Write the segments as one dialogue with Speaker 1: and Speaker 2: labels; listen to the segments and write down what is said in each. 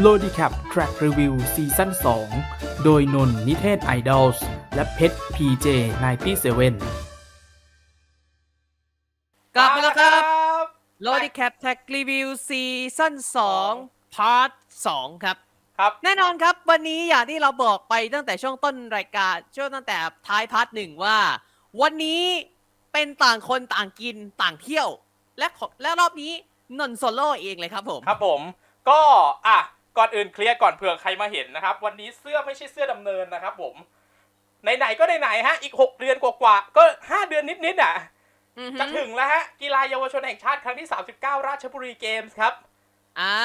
Speaker 1: โลดีแคป Track Review ซีซั่น2 โดยนนท์นิเทศไอดอลส์และเพชร PJ 97
Speaker 2: กลับมาแล้วครับ โลดิแคปแท็กรีวิวซีซั่น2พาร์ท2ครับ
Speaker 3: ครับ
Speaker 2: แน่นอนครับวันนี้อย่างที่เราบอกไปตั้งแต่ช่วงต้นรายการ ช่วงตั้งแต่ท้ายพาร์ทหนึ่งว่า วันนี้เป็นต่างคนต่างกินต่างเที่ยว และขอและรอบนี้นนท์โซโล่เองเลยครับผม
Speaker 3: ครับผม ก็ อ่ะ ก่อนอื่นเคลียร์ก่อนเผื่อใครมาเห็นนะครับ วันนี้เสื้อไม่ใช่เสื้อดำเนินนะครับผม ไหนๆก็ไหนๆฮะ อีก 6 เดือนกว่าๆ ก็ 5 เดือนนิดๆอ่ะ
Speaker 2: อือฮึ
Speaker 3: จะถึงแล้วฮะ กีฬาเยาวชนแห่งชาติครั้งที่ 39 ราชบุรีเกมส์ครับ
Speaker 2: อ่า
Speaker 3: เ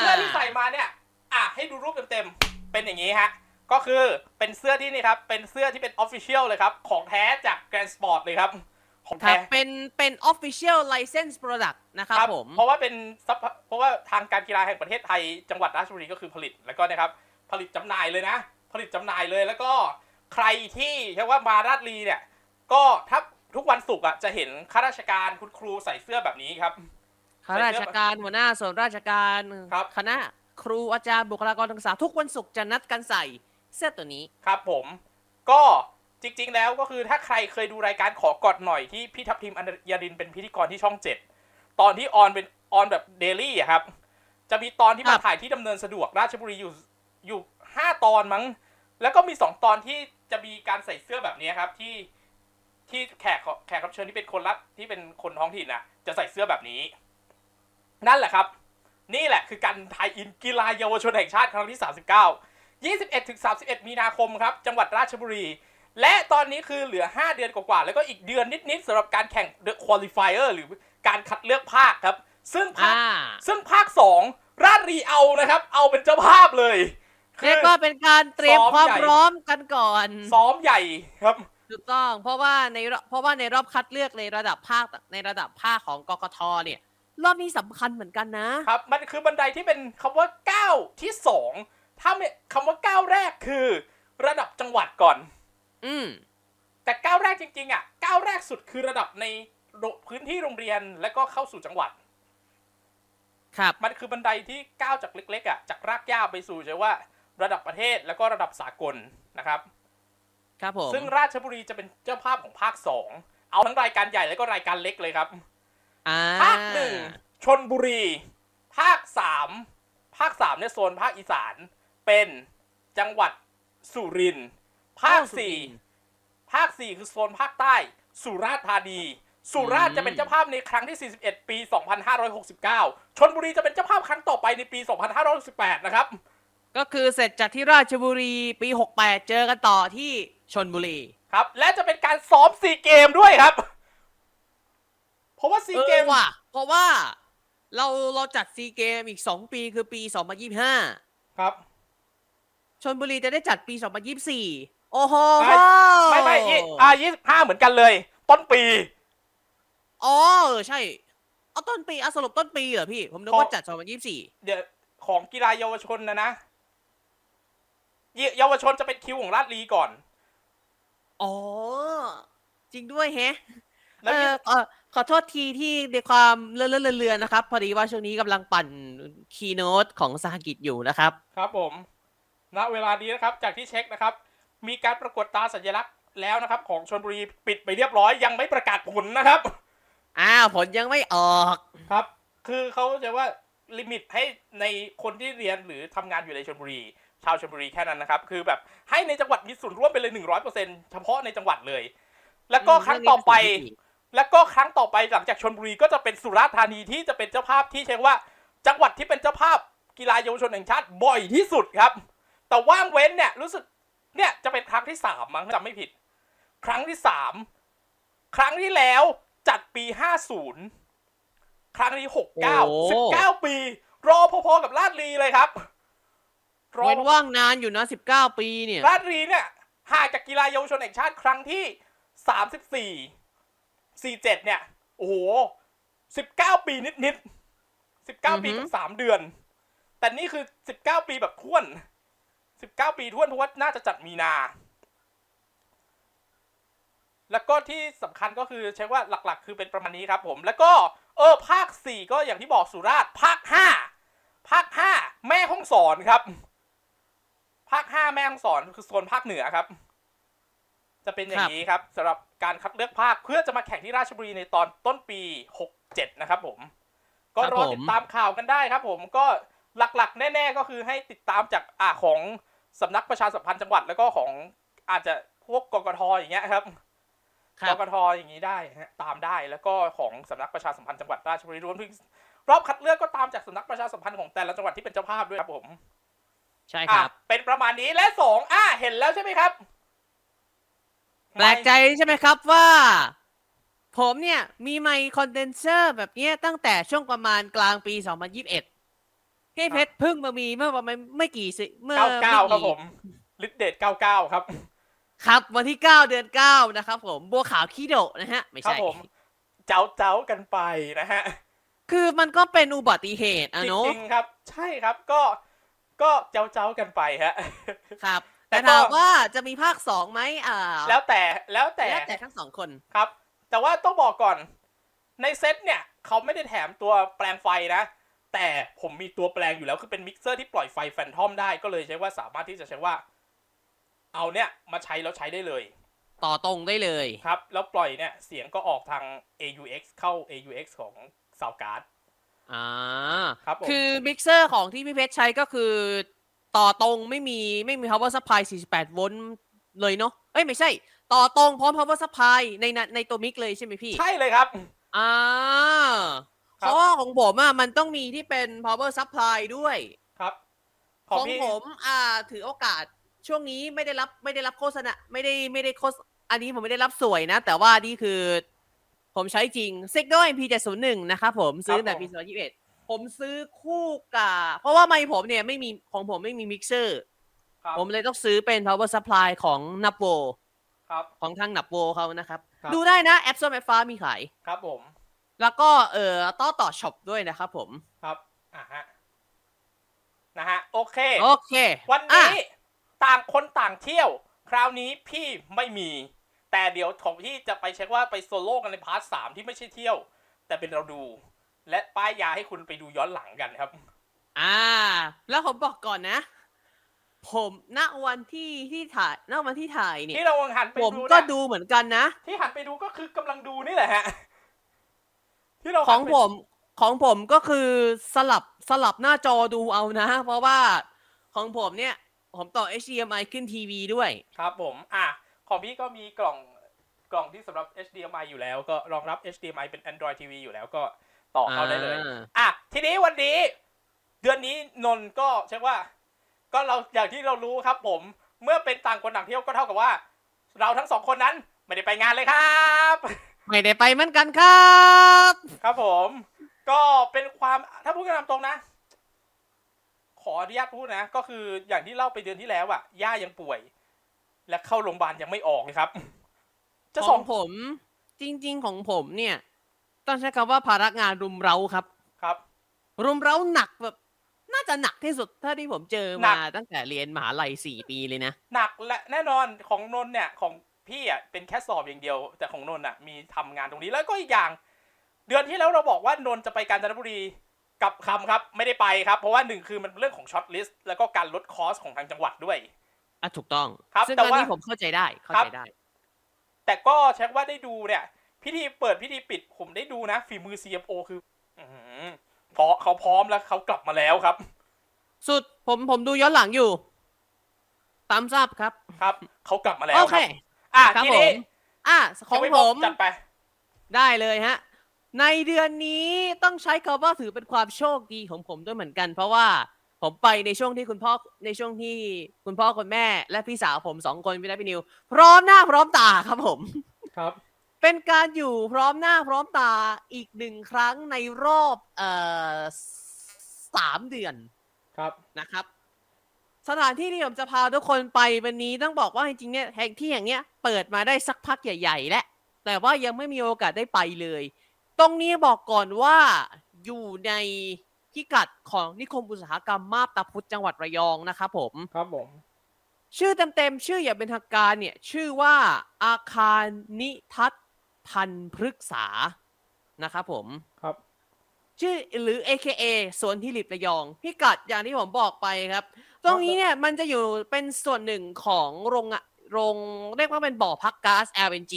Speaker 3: สื้อที่ใส่มาเนี่ย อ่ะ ให้ดูรูปเต็มๆ เป็นอย่างนี้ฮะ ก็คือเป็นเสื้อที่นี่ครับ เป็นเสื้อที่เป็นออฟฟิเชียลเลยครับ ของแท้จากแกรนด์สปอร์ตเลยครับ ของ
Speaker 2: ครั
Speaker 3: แท้
Speaker 2: บเป็นเป็น Official License Product นะครับผม
Speaker 3: เพราะว่าเป็นซัพพลายเพราะว่าทางการกีฬาแห่งประเทศไทย จังหวัดราชบุรีก็คือผลิตแล้วก็นะครับ ผลิตจำหน่ายเลยนะ ผลิตจำหน่ายเลยแล้วก็ใครที่เรียกว่ามาราชลีเนี่ย ก็ถ้าทุกวันศุกร์อ่ะจะเห็นข้าราชการคุณครูใส่เสื้อแบบนี้ครับ
Speaker 2: ข้าราชการหัวหน้าส่วนราชการ
Speaker 3: ครับ
Speaker 2: คณะครูอาจารย์บุคลากรทางสาทุกวันศุกร์จะนัดกันใส่เสื้อตัวนี้
Speaker 3: ครับผมก็จริง ๆ แล้วก็คือถ้าใครเคยดูรายการขอกอดหน่อยที่พี่ทัพทีมอัญญารินเป็นพิธีกรที่ช่องเจ็ดตอนที่ออนเป็นออนแบบเดลี่อะครับ จะมีตอนที่
Speaker 2: ครั
Speaker 3: มา
Speaker 2: บ
Speaker 3: ถ่ายที่ดำเนินสะดวกราชบุรีอยู่อยู่ห้าตอนมั้ง แล้วก็มีสองตอนที่จะมีการใส่เสื้อแบบนี้ครับที่ที่แขกของแขกรับเชิญที่เป็นคนรักที่เป็นคนท้องถิ่นน่ะ จะใส่เสื้อแบบนี้ นั่นแหละครับ นี่แหละคือการไทยอินกีฬาเยาวชนแห่งชาติครั้งที่ 39 21ถึง31 มีนาคมครับ จังหวัดราชบุรี และตอนนี้คือเหลือ 5 เดือนกว่าๆ แล้วก็อีกเดือนนิด ๆสำหรับการแข่ง The Qualifier หรือการคัดเลือกภาคครับ ซึ่งภา
Speaker 2: อ่า
Speaker 3: คซึ่งภาค 2 ราชรีเอานะครับ เอาเป็นเจ้าภาพเลย
Speaker 2: เรียกว่าเป็นการเตรียม
Speaker 3: ซ้อม
Speaker 2: ความ
Speaker 3: ใหญ่
Speaker 2: พร้อมกันก่อน
Speaker 3: ซ้อมใหญ่ครับ
Speaker 2: ถูกต้อง เพราะว่าในรอบเพราะว่าในรอบคัดเลือกในระดับภาคในระดับภาคของกกทเนี่ย รอบนี้สำคัญเหมือนกันนะ
Speaker 3: ครับ มันคือบันไดที่เป็นคำว่าก้าวที่ 2 ถ้าไม่คำว่าก้าวแรกคือ ระดับจังหวัดก่อน
Speaker 2: อืม
Speaker 3: แต่ก้าวแรกจริงๆอ่ะก้าวแรกสุดคือระดับในโรพื้นที่โรงเรียนแล้วก็เข้าสู่จังหวัด
Speaker 2: ครับ
Speaker 3: มันคือบันไดที่ก้าวจากเล็กๆอ่ะจากรากหญ้าไปสู่ใช่ว่า ระดับประเทศแล้วก็ระดับสากลนะครับ
Speaker 2: ครับผม
Speaker 3: ซึ่งราชบุรีจะเป็นเจ้าภาพของภาค 2 เอาทั้งรายการใหญ่แล้วก็รายการเล็กเลยครับ
Speaker 2: อ่า
Speaker 3: ภาคหนึ่งชนบุรี ภาคสามภาคสามเนี่ยโซนภาคอีสานเป็นจังหวัดสุรินทร์ภาคสี่ภาคสี่คือโซนภาคใต้ สุราษฎร์ธานี สุราษฎร์จะเป็นเจ้าภาพในครั้งที่ 41 ปี 2569 ชนบุรีจะเป็นเจ้าภาพครั้งต่อไปในปี 2568 นะครับ
Speaker 2: ก็คือเสร็จจากที่ราชบุรีปี 68 เจอกันต่อที่ชนบุรี
Speaker 3: ครับ และจะเป็นการซ้อมซีเกมด้วยครับ เพราะว่าซี
Speaker 2: เอ
Speaker 3: เก
Speaker 2: อ
Speaker 3: ม
Speaker 2: ว่ะเพราะว่าเราเราจัดซีเกมอีก 2 ปีคือปี 2025
Speaker 3: ครับ
Speaker 2: ชนบุรีจะได้จัดปี 2024 โอ้โห
Speaker 3: ไม่ ไม่ไม่ยี่อ่ายี่สิบห้าเหมือนกันเลย ต้นปี
Speaker 2: อ๋อเออใช่ เอาต้นปีเอาสรุปต้นปีเหรอพี่ ผมนึกว่าจัด 2024
Speaker 3: เดี๋ยวของกีฬาเยาวชนนะนะเยเยาวชนจะเป็นคิวของราชลีก่อน
Speaker 2: อ๋อ จริงด้วยแฮะ
Speaker 3: แล้ว
Speaker 2: เอ
Speaker 3: ยี่
Speaker 2: อ
Speaker 3: สิบ
Speaker 2: เออขอโทษทีที่ในความเลื่อนเลือนๆนะครับ พอดีว่าช่วงนี้กำลังปั่นคีโนตของสหกิจอยู่นะครับ
Speaker 3: ครับผมณเวลานี้นะครับ จากที่เช็คนะครับ มีการประกวดตราสัญลักษณ์แล้วนะครับ ของชนบุรีปิดไปเรียบร้อย ยังไม่ประกาศผลนะครับ
Speaker 2: อ้าวผลยังไม่ออก
Speaker 3: ครับ คือเขาจะว่าลิมิตให้ในคนที่เรียนหรือทำงานอยู่ในชลบุรี ชาวชลบุรีแค่นั้นนะครับ คือแบบให้ในจังหวัดมีส่วนร่วมไปเลยหนึ่งร้อยเปอร์เซ็นเฉพาะในจังหวัดเลย แล้วก็ครั้งต่อไป แล้วก็ครั้งต่อไปหลังจากชนบุรีก็จะเป็นสุราษฎร์ธานีที่จะเป็นเจ้าภาพที่เช็คว่า จังหวัดที่เป็นเจ้าภาพกีฬาเยาวชนแห่งชาติบ่อยที่สุดครับ แต่ว่างเว้นเนี่ยรู้สึกเนี่ยจะเป็นครั้งที่สามมั้งถ้าจำไม่ผิด ครั้งที่สามครั้งที่แล้วจัดปีห้าศูนย์ครั้งนี้หก
Speaker 2: โอ้
Speaker 3: เก้าสิบเก้าปี รอพอๆกับลาดลีเลยครับรอ
Speaker 2: เว้นว่างนานอยู่นะ 19 ปีเนี่ย
Speaker 3: ลาดลีเนี่ยห่างจากกีฬาเยาวชนแห่งชาติครั้งที่สามสิบสี่สี่เจ็ดเนี่ย โอ้โหสิบเก้าปีนิดๆสิบเก้าปีกับสามเดือน แต่นี่คือสิบเก้าปีแบบท้วนสิบเก้าปีท้วนเพราะว่าน่าจะจัดมีนา แล้วก็ที่สำคัญก็คือเช็คว่าหลักๆ คือเป็นประมาณนี้ครับผม แล้วก็เออภาคสี่ก็อย่างที่บอกสุราษฎร์ภาคห้าภาคห้าแม่ห้องส รครับ ภาคห้าแม่ฮ่องสอนคือโซนภาคเหนือครับ จะเป็นอย่างนี้ครับสำหรับการคัดเลือกภาคเพื่อจะมาแข่งที่ราชบุรีในตอนต้นปี 67 นะครับผม ก็
Speaker 2: ครับ
Speaker 3: ร
Speaker 2: ผ
Speaker 3: อ
Speaker 2: ม
Speaker 3: ติดตามข่าวกันได้ครับผมก็หลักๆ แน่ ๆ ก็คือให้ติดตามจากอ่าของสำนักประชาสัมพันธ์จังหวัดแล้วก็ของอาจจะพวกกกทอย่างเงี้ยครับ
Speaker 2: ค
Speaker 3: ก
Speaker 2: รับ
Speaker 3: กทอย่างนี้ได้ฮะตามได้แล้วก็ของสำนักประชาสัมพันธ์จังหวัดราชบุรีรวมถึงรอบคัดเลือกก็ตามจากสำนักประชาสัมพันธ์ของแต่ละจังหวัดที่เป็นเจ้าภาพด้วยครับผม
Speaker 2: ใช่ค
Speaker 3: อ่ะ
Speaker 2: รับ
Speaker 3: เป็นประมาณนี้และสองอ่ะเห็นแล้วใช่ไหมครับ
Speaker 2: แปลกใจใช่ไหมครับว่า ผมเนี่ยมีไมค์คอนเดนเซอร์แบบเนี้ยตั้งแต่ช่วงประมาณกลางปี 2021ที่เพชรเพึ่งมามีเมื่อประมาณไม่กี่สิเมื่อ
Speaker 3: เก้า
Speaker 2: ไม่
Speaker 3: เก้าครับ
Speaker 2: กี่
Speaker 3: ผมลิดเดทเก้าเก้าครับ
Speaker 2: ครับวันที่ 9 เดือน 9 นะครับผม บัวขาวคีโดะนะฮะ ไม่
Speaker 3: ครับ
Speaker 2: ใช่
Speaker 3: ผม เจ้าเจ้ากันไปนะฮะ
Speaker 2: คือมันก็เป็นอุบัติเหตุอะ
Speaker 3: จ
Speaker 2: เนาะ
Speaker 3: ริงๆครับ ใช่ครับก็ก็เจ้าเจ้ากันไปฮะ
Speaker 2: ครับ
Speaker 3: แต่
Speaker 2: แต่
Speaker 3: ก็
Speaker 2: ถามว่าจะมีภาค 2 ไหมอ่า
Speaker 3: แล้วแต่แล้วแต่
Speaker 2: แล้วแต่ทั้งสองคน
Speaker 3: ครับ แต่ว่าต้องบอกก่อน ในเซตเนี่ย เขาไม่ได้แถมตัวแปลงไฟนะ แต่ผมมีตัวแปลงอยู่แล้วคือเป็นมิกเซอร์ที่ปล่อยไฟแฟนทอมได้ก็เลยใช้ว่าสามารถที่จะใช้ว่า เอาเนี่ยมาใช้แล้วใช้ได้เลย
Speaker 2: ต่อตรงได้เลย
Speaker 3: ครับ แล้วปล่อยเนี่ย เสียงก็ออกทาง AUX เข้า AUX ของ Sound Card
Speaker 2: อ่า
Speaker 3: ครับผม
Speaker 2: คือมิกเซอร์ของที่พี่เพชรใช้ก็คือ ต่อตรงไม่มีไม่มี power supply 48 โวลต์เลยเนาะเอ้ย ไม่ใช่ ต่อตรงพร้อม power supply ในนั้นในตัวมิกเลยใช่ไหมพี่
Speaker 3: ใช่เลยครับ
Speaker 2: อ่า
Speaker 3: ค
Speaker 2: เพ
Speaker 3: รับ
Speaker 2: ราะว่าของผมอ่ะมันต้องมีที่เป็น power supply ด้วย
Speaker 3: ครับ ข
Speaker 2: ข
Speaker 3: อ
Speaker 2: อง ง
Speaker 3: พี่
Speaker 2: ผมอ่าถือโอกาสช่วงนี้ไม่ได้รับไม่ได้รับโฆษณาไม่ได้ไม่ได้โฆษอันนี้ผมไม่ได้รับสวยนะ แต่ว่านี่คือ ผมใช้จริง Signal MP 701นะครับผมซื้อแต่ปี2021 ผมซื้อคู่กับเพราะว่าไมค์ผมเนี่ยไม่มีของผมไม่มีมิกเซอร์
Speaker 3: ครับ
Speaker 2: ผมเลยต้องซื้อเป็น power supply ของนับโว
Speaker 3: ครับ
Speaker 2: ของทางนับโวเขานะครับ
Speaker 3: ครับ
Speaker 2: ดูได้นะแอปส้มแอปฟ้ามีขาย
Speaker 3: ครับผม
Speaker 2: แล้วก็เอ่อต่อต่อช็อปด้วยนะครับผม
Speaker 3: ครับอ่ะฮะนะฮะโอเค
Speaker 2: โอเค
Speaker 3: วัน
Speaker 2: อ่ะ
Speaker 3: นี้ต่างคนต่างเที่ยว คราวนี้พี่ไม่มี แต่เดี๋ยวของพี่จะไปเช็คว่าไปโซโล่กันในพาร์ทสามที่ไม่ใช่เที่ยว แต่เป็นเราดู และป้ายยาให้คุณไปดูย้อนหลังกันครับ
Speaker 2: อ่า แล้วผมบอกก่อนนะ ผมณวันที่ที่ถ่ายณวันที่ถ่ายเนี่ย
Speaker 3: ที่เราหันไป
Speaker 2: ผม
Speaker 3: ดู
Speaker 2: ก็
Speaker 3: เนี่ย
Speaker 2: ดูเหมือนกันนะ
Speaker 3: ที่หันไปดูก็คือกำลังดูนี่แหละฮะที่เรา
Speaker 2: ข
Speaker 3: หั
Speaker 2: อน ง
Speaker 3: ไป
Speaker 2: ผมของผมก็คือสลับสลับหน้าจอดูเอานะ เพราะว่าของผมเนี่ย ผมต่อ HDMI ขึ้นทีวีด้วย
Speaker 3: ครับผม อ่ะ ของพี่ก็มีกล่องกล่องที่สำหรับ HDMI อยู่แล้ว ก็รองรับ HDMI เป็น Android TV อยู่แล้วก็ต่อเข้าได้เลย
Speaker 2: อ่า
Speaker 3: อ่ะทีนี้วันนี้ เดือนนี้นนท์ก็ใช่ว่า ก็เราอย่างที่เรารู้ครับผม เมื่อเป็นต่างคนต่างเที่ยวก็เท่ากับว่า เราทั้งสองคนนั้นไม่ได้ไปงานเลยครับ
Speaker 2: ไม่ได้ไปเหมือนกันครับ
Speaker 3: ครับผม ก็เป็นความถ้าพูดกันตามตรงนะ ขออนุญาตพูดนะ ก็คืออย่างที่เล่าไปเดือนที่แล้วอะย่ายังป่วย และเข้าโรงพยาบาลยังไม่ออกเลยครับ จะ
Speaker 2: ข
Speaker 3: ส่
Speaker 2: อง งผมจริง ๆ ของผมเนี่ย ต้องใช้คำว่าภาระงานรุมเร้าครับ
Speaker 3: ครับ
Speaker 2: รุมเร้าหนักแบบ น่าจะหนักที่สุดเท่าที่ผมเจอ
Speaker 3: หนั
Speaker 2: มาก ตั้งแต่เรียนมหาลัยสี่ปีเลยนะ
Speaker 3: หนักและแน่นอนของนนท์เนี่ยของพี่อ่ะเป็นแค่สอบอย่างเดียว แต่ของนนท์อ่ะมีทำงานตรงนี้แล้วก็อีกอย่าง เดือนที่แล้วเราบอกว่านนท์จะไปกาญจนบุรีกลับคำครับ ไม่ได้ไปครับ เพราะว่าหนึ่งคือมันเป็นเรื่องของช็อตลิสต์แล้วก็การลดคอสของทางจังหวัดด้วย
Speaker 2: อ่ะถูกต้อง
Speaker 3: ครับ
Speaker 2: ซึ่ง
Speaker 3: แต่
Speaker 2: ตอน
Speaker 3: ว่า
Speaker 2: นี้ผมเข้าใจได้ เข้า
Speaker 3: ครับ
Speaker 2: ใจได้
Speaker 3: แต่ก็เช็คว่าได้ดูเนี่ย พิธีเปิดพิธีปิดผมได้ดูนะฝีมือ CFO คือออหือเพราะเขาพร้อมแล้วเขากลับมาแล้วครับ
Speaker 2: สุดผมผมดูย้อนหลังอยู่ ตามทราบครับ
Speaker 3: ครับเขากลับมาแล้ว
Speaker 2: โอ
Speaker 3: ค
Speaker 2: เครับ
Speaker 3: อ่ะ
Speaker 2: ครับ
Speaker 3: ที
Speaker 2: ผ
Speaker 3: นี้
Speaker 2: ม อ่ะของ
Speaker 3: พี่
Speaker 2: ผ
Speaker 3: ป๊อ
Speaker 2: ม
Speaker 3: ปจัดไป
Speaker 2: ได้เลยฮะ ในเดือนนี้ต้องใช้คำว่าถือเป็นความโชคดีของผมด้วยเหมือนกัน เพราะว่าผมไปในช่วงที่คุณพ่อในช่วงที่คุณพ่อคุณแม่ และพี่สาวผมสองคนพี่และพี่นิว พร้อมหน้าพร้อมตาครับผม
Speaker 3: ครับ
Speaker 2: เป็นการอยู่พร้อมหน้าพร้อมตาอีกหนึ่งครั้งในรอบเอ่อสามเดือน
Speaker 3: ครับ
Speaker 2: นะครับสถานที่ที่ผมจะพาทุกคนไปวันนี้ต้องบอกว่าจริงๆเนี่ยแห่งที่อย่างเนี้ยเปิดมาได้สักพักใหญ่ๆแล้วแต่ว่ายังไม่มีโอกาสได้ไปเลย ตรงนี้บอกก่อนว่าอยู่ในพิกัดของนิคมอุตสาหกรรมมาบตาพุธจังหวัดระยองนะครับผม
Speaker 3: ครับผม
Speaker 2: ชื่อเต็มๆชื่ออย่างเป็นทางการเนี่ย ชื่อว่าอาคารนิทัศน์พันธุ์พฤกษานะครับผม
Speaker 3: ครับ
Speaker 2: ชื่อหรือ AKA สวนทิลิประยอง พิกัดอย่างที่ผมบอกไปครับ ตรงนี้เนี่ยมันจะอยู่เป็นส่วนหนึ่งของโรงอะโรงเรียกว่าเป็นบ่อพักก๊าซ LNG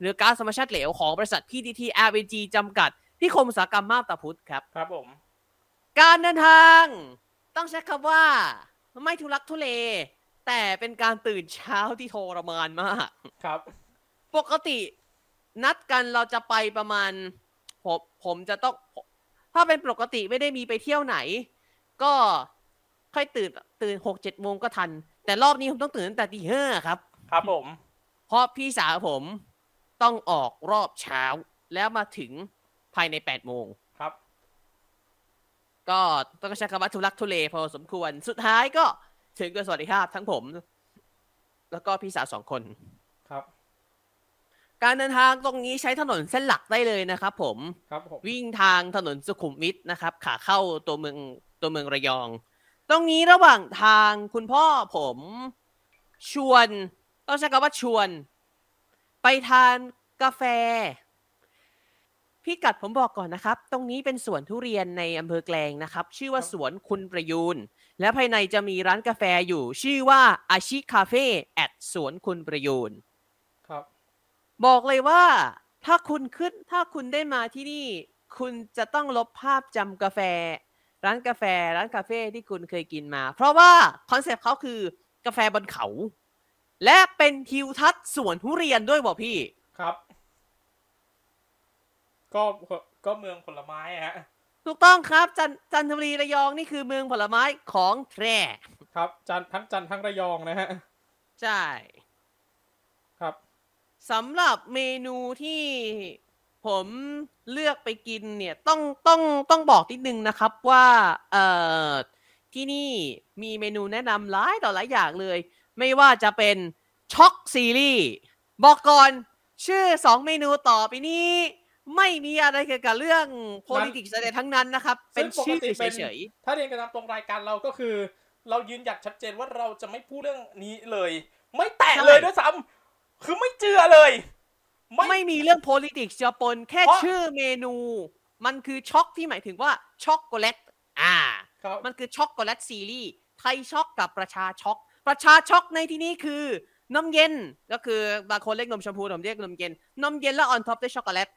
Speaker 2: หรือก๊าซธรรมชาติเหลวของบริษัท PTT LNG จำกัด ที่คมอุตสาหกรรมมาบตาพุธครับ
Speaker 3: ครับผม
Speaker 2: การเดินทาง ต้องใช้คำว่า ไม่ทุลักทุเล แต่เป็นการตื่นเช้าที่ทรมานมาก
Speaker 3: ครับ
Speaker 2: ปกตินัดกันเราจะไปประมาณ ผมผมจะต้อง ถ้าเป็นปกติไม่ได้มีไปเที่ยวไหน ก็ค่อยตื่นตื่นหกเจ็ดโมงก็ทัน แต่รอบนี้ผมต้องตื่นตั้งแต่ตีห้าครับ
Speaker 3: ครับผม
Speaker 2: เพราะพี่สาวผมต้องออกรอบเช้า แล้วมาถึงภายในแปดโมง
Speaker 3: ครับ
Speaker 2: ก็ต้องใช้คำว่าทุลักทุเลพอสมควร สุดท้ายก็ถึงโดยสวัสดิภาพทั้งผม แล้วก็พี่สาวสองคน
Speaker 3: ครับ
Speaker 2: การเดินทางตรงนี้ใช้ถนนเส้นหลักได้เลยนะครับผม
Speaker 3: ครับผม
Speaker 2: วิ่งทางถนนสุขุมวิทนะครับ ขาเข้าตัวเมืองตัวเมืองระยอง ตรงนี้ระหว่างทางคุณพ่อผมชวนต้องใช้คำว่าชวน ไปทานกาแฟ พี่กัดผมบอกก่อนนะครับ ตรงนี้เป็นสวนทุเรียนในอำเภอแกลงนะครับ ชื่อว่าสวนคุณประยูนและภายในจะมีร้านกาแฟอยู่ ชื่อว่าอาชิคาเฟ่แอดสวนคุณประยูน
Speaker 3: ครับ
Speaker 2: บอกเลยว่าถ้าคุณขึ้นถ้าคุณได้มาที่นี่ คุณจะต้องลบภาพจำกาแฟ ร้านกาแฟ ร้านคาเฟ่ที่คุณเคยกินมา เพราะว่าคอนเซปต์เขาคือกาแฟบนเขา และเป็นทิวทัศน์สวนทุเรียนด้วยบอกพี่
Speaker 3: ครับ ก็ก็เมืองผลไม้ฮะ
Speaker 2: ถูกต้องครับจันจันทบุรีระยองนี่คือเมืองผลไม้ของแท้
Speaker 3: ครับ จันทร์ทั้งจันทร์ทั้งระยองนะฮะ
Speaker 2: ใช่
Speaker 3: ครับ
Speaker 2: สำหรับเมนูที่ผมเลือกไปกินเนี่ยต้องต้องต้องบอกนิดนึงนะครับว่าเอ่อ ที่นี่มีเมนูแนะนำหลายต่อหลายอย่างเลย ไม่ว่าจะเป็นช็อกซีรีส์บอกก่อน ชื่อ 2 เมนูต่อไปนี้ ไม่มีอะไรเกี่ยวกับเรื่อง politics อะไรทั้งนั้นนะครับ
Speaker 3: ซึ่
Speaker 2: เป็น
Speaker 3: งปก
Speaker 2: ชื่อ
Speaker 3: ติเป็น
Speaker 2: เฉย
Speaker 3: ถ้าเรียนกันตามตรงรายการเราก็คือ เรายืนหยัดชัดเจนว่าเราจะไม่พูดเรื่องนี้เลย ไม่แตะเลยด้วยซ้ำคือไม่เจือเลย
Speaker 2: ๆ ไม่มีเรื่อง politics จะปนแค่
Speaker 3: เพราะ
Speaker 2: ชื่อเมนู มันคือช็อกที่หมายถึงว่าช็อกโกแลตอ่า
Speaker 3: ครับ
Speaker 2: มันคือช็อกโกแลตซีรีส์ไทยช็อกกับประชาช็อก ประชาช็อกในที่นี้คือน้ำเย็นก็คือบางคนเรียกนมชมพูผมเรียกนมเย็นนมเย็นแล้วออนท็อปด้วยช็อกโกแลต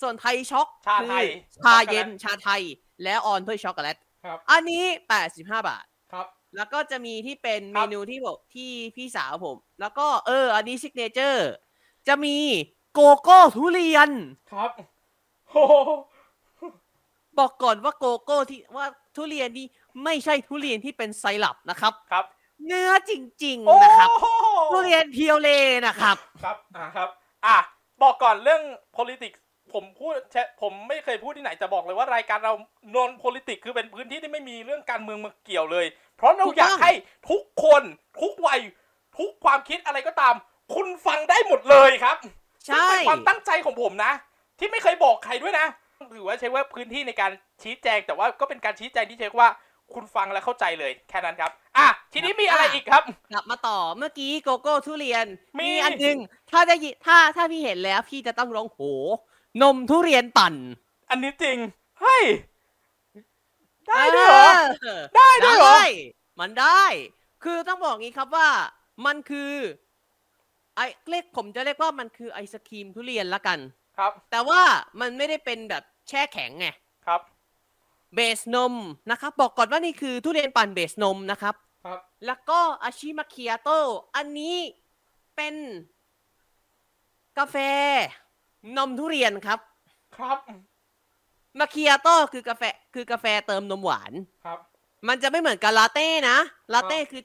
Speaker 2: ส่วนไทยช็อก
Speaker 3: ชาไทย
Speaker 2: คือชาเย็นชาไทยแล้วออนด้วยช็อกโกแลต
Speaker 3: ครับ
Speaker 2: อันนี้ 85 บาท
Speaker 3: ครับ
Speaker 2: แล้วก็จะมีที่เป็น
Speaker 3: ค
Speaker 2: เม
Speaker 3: รับ
Speaker 2: นูที่บอกที่พี่สาวผม แล้วก็เออ อันนี้ซิกเนเจอร์จะมีโกโก้ทุเรียน
Speaker 3: ครับโอ้โห
Speaker 2: บอกก่อนว่าโกโก้ที่ว่าทุเรียนนี่ไม่ใช่ทุเรียนที่เป็นไซรัปนะครับ
Speaker 3: ครับ
Speaker 2: เนื้อจริง ๆ นะครับ
Speaker 3: โอ้โห
Speaker 2: ทุเรียนเพียวเลนะครับ
Speaker 3: ครับ อ่าครับ อ่ะ บอกก่อนเรื่อง politics ผมพูดแชผมไม่เคยพูดที่ไหนจะบอกเลยว่ารายการเรา non politics คือเป็นพื้นที่ที่ไม่มีเรื่องการเมืองมาเกี่ยวเลย เพราะเรา
Speaker 2: ถูกต้อง
Speaker 3: อยากให้ทุกคนทุกวัย ทุกความคิดอะไรก็ตาม คุณฟังได้หมดเลยครับ
Speaker 2: ใช่
Speaker 3: ซึ่งเป็นความตั้งใจของผมนะ ที่ไม่เคยบอกใครด้วยนะหรือว่าใช้ว่าพื้นที่ในการชี้แจง แต่ว่าก็เป็นการชี้แจงที่เช็คว่าคุณฟังและเข้าใจเลยแค่นั้นครับ อ่ะทีนี้มีอะไรอีกครับ
Speaker 2: กลับมาต่อเมื่อกี้โกโก้ทุเรียน
Speaker 3: มี
Speaker 2: อันหนึ่งถ้าได้ยินถ้าถ้าพี่เห็นแล้วพี่จะต้องร้องโห นมทุเรียนปั่น
Speaker 3: อันนี้จริงเฮ้ยได้ด้วยเหรอ ได้ด้วยเหรอ
Speaker 2: ได้มันได้ คือต้องบอกงี้ครับว่ามันคือไอเรียกผมจะเรียกว่ามันคือไอศครีมทุเรียนละกัน
Speaker 3: ครับ
Speaker 2: แต่ว่ามันไม่ได้เป็นแบบแช่แข็งไง
Speaker 3: ครับ
Speaker 2: เบสนมนะครับ บอกก่อนว่านี่คือทุเรียนปั่นเบสนมนะครับ
Speaker 3: ครับ
Speaker 2: แล้วก็อาชิมาเคียโตอันนี้เป็นกาแฟ นมทุเรียนครับ
Speaker 3: ครับ
Speaker 2: มาเคียโตคือกาแฟคือกาแฟเติมนมหวาน
Speaker 3: ครับ
Speaker 2: มันจะไม่เหมือนกับลาเต้นะลาเต้คือ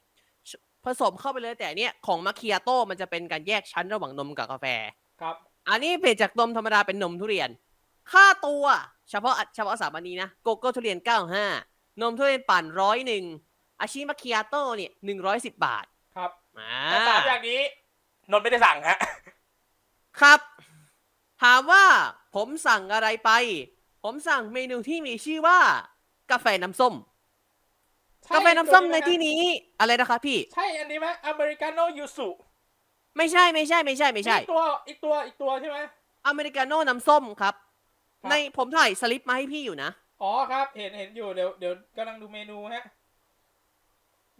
Speaker 2: ผสมเข้าไปเลยแต่เนี่ยของมาเคียโตมันจะเป็นการแยกชั้นระหว่างนมกับกาแฟ
Speaker 3: ครับ
Speaker 2: อันนี้เปลี่ยนจากนมธรรมดาเป็นนมทุเรียน ค่าตัว เฉพาะเฉพาะสามอันนี้นะโกโก้ทุเรียน 95 นมทุเรียนปั่นร้อยหนึ่งอาชิมาเคียโตเนี่ย110 บาท
Speaker 3: ครับ
Speaker 2: อ่
Speaker 3: แต่สามอย่างนี้ นนท์ไม่ได้สั่งฮะ
Speaker 2: ครับ ถามว่าผมสั่งอะไรไป ผมสั่งเมนูที่มีชื่อว่า กาแฟน้ำส้ม กาแฟน้ำส้มในที่นี้อะไรนะคะพี่
Speaker 3: ใช่อันนี้ไหมอเมริกาโน่ยูสุ
Speaker 2: ไม่ใช่ไม่ใช่ไม่ใช่ไม่ใช่
Speaker 3: อีกตัวอีกตัวอีกตัวใช่ไหม
Speaker 2: อเมริกาโน่น้ำส้มครับ
Speaker 3: ครับ
Speaker 2: ในผมถ่ายสลิปมาให้พี่อยู่นะ
Speaker 3: อ๋อครับ เห็นเห็นอยู่เดี๋ยวเดี๋ยวกำลังดูเมนูฮะ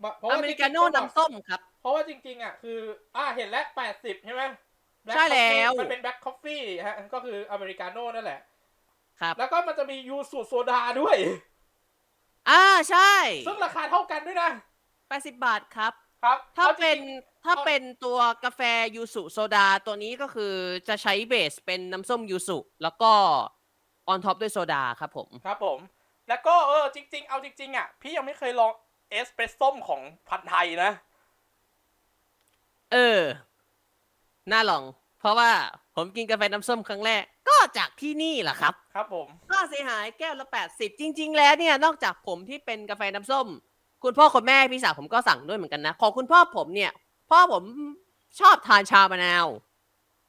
Speaker 3: บะเพราะ
Speaker 2: อ
Speaker 3: ว่า
Speaker 2: เมริกาโน่น้ำส้มครับ
Speaker 3: เพราะว่าจริง ๆ อ่ะ คือ อ่าเห็นแล้วแปดสิบใช่ไหม Black
Speaker 2: ใช่แล้ว
Speaker 3: Coffee มันเป็นแบล็คคอฟฟี่ฮะก็คืออเมริกาโน่นั่นแหละ
Speaker 2: ครับ
Speaker 3: แล้วก็มันจะมียูสูตรโซดาด้วย
Speaker 2: อ่าใช่
Speaker 3: ซึ่งราคาเท่ากันด้วยนะ
Speaker 2: 80 บาทครับ
Speaker 3: ครับ
Speaker 2: ถ้า
Speaker 3: อจริงๆ
Speaker 2: เป็นถ้าเป็นตัวกาแฟยูสุโซดาตัวนี้ก็คือจะใช้เบสเป็นน้ำส้มยูสุแล้วก็ออนท็อปด้วยโซดาครับผม
Speaker 3: ครับผม แล้วก็เออจริง ๆ เอาจริง ๆ อ่ะ พี่ยังไม่เคยลองเอสเปรสโซ่ของพันไทยนะ
Speaker 2: เออ น่าลอง เพราะว่าผมกินกาแฟน้ำส้มครั้งแรก ก็จากที่นี่แหละครับ
Speaker 3: ครับผม
Speaker 2: ค่าเสียหายแก้วละ 80 จริง ๆ แล้วเนี่ย นอกจากผมที่เป็นกาแฟน้ำส้ม คุณพ่อคุณแม่พี่สาวผมก็สั่งด้วยเหมือนกันนะ ของคุณพ่อผมเนี่ย พ่อผมชอบทานชามะนาว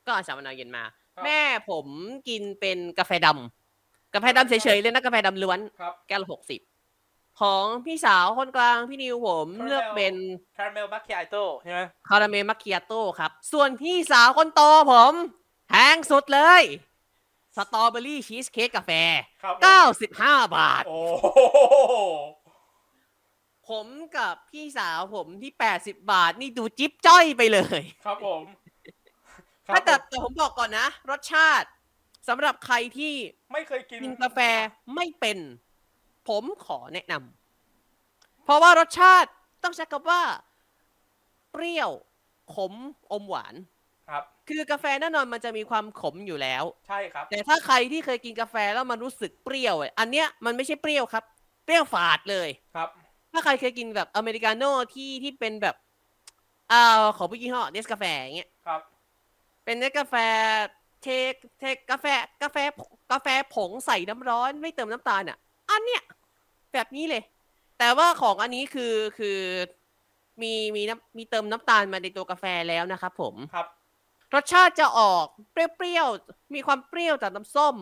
Speaker 2: ก็เอาชามะนาวเย็นมา
Speaker 3: ครับ
Speaker 2: แม่ผมกินเป็นกาแฟดำกาแฟดำเฉยๆเลยนะกาแฟดำล้วน
Speaker 3: ครับ
Speaker 2: แก้วละ 60 ของพี่สาวคนกลางพี่นิวผม
Speaker 3: ครับ
Speaker 2: เลือกเป็น
Speaker 3: คาราเมลบัคเคียโตใช่ไหม
Speaker 2: คาราเมลมัคคิอาโต้ครับ ส่วนพี่สาวคนโตผมแพงสุดเลย สตรอเบอรี่ชีสเค้กกาแฟ
Speaker 3: ครับผม
Speaker 2: 95 บาท
Speaker 3: โอ้โห
Speaker 2: ผมกับพี่สาวผมที่ 80 บาทนี่ดูจิ๊บจ้อยไปเลย
Speaker 3: ครับผมครั บ
Speaker 2: ถ้าแต่
Speaker 3: ผม
Speaker 2: แต่ผมบอกก่อนนะ รสชาติสำหรับใครที่
Speaker 3: ไม่เคยกิน
Speaker 2: กินกาแฟไม่เป็น ผมขอแนะนำเพราะว่ารสชาติต้องใช้คำว่า เปรี้ยว ขมอมหวาน
Speaker 3: ครับ
Speaker 2: คือกาแฟแน่นอนมันจะมีความขมอยู่แล้ว
Speaker 3: ใช่ครับ
Speaker 2: แต่ถ้าใครที่เคยกินกาแฟแล้วมันรู้สึกเปรี้ยวอะอันเนี้ยมันไม่ใช่เปรี้ยวครับ เปรี้ยวฝาดเลย
Speaker 3: ครับ
Speaker 2: ถ้าใครเคยกินแบบอเมริกาโน่ที่ที่เป็นแบบ เอ่อของพี่ยี่ห้อเนสกาแฟอย่างเงี้ย
Speaker 3: ครับ
Speaker 2: เป็นเนสกาแฟเทคเทคกาแฟกาแฟกาแฟผงใส่น้ำร้อนไม่เติมน้ำตาลอ่ะ อันเนี้ยแบบนี้เลย แต่ว่าของอันนี้คือคือมีมีน้ำมีเติมน้ำตาลมาในตัวกาแฟแล้วนะครับผม
Speaker 3: ครับ
Speaker 2: รสชาติจะออกเปรี้ยวๆ มีความเปรี้ยวจากน้ำส้ม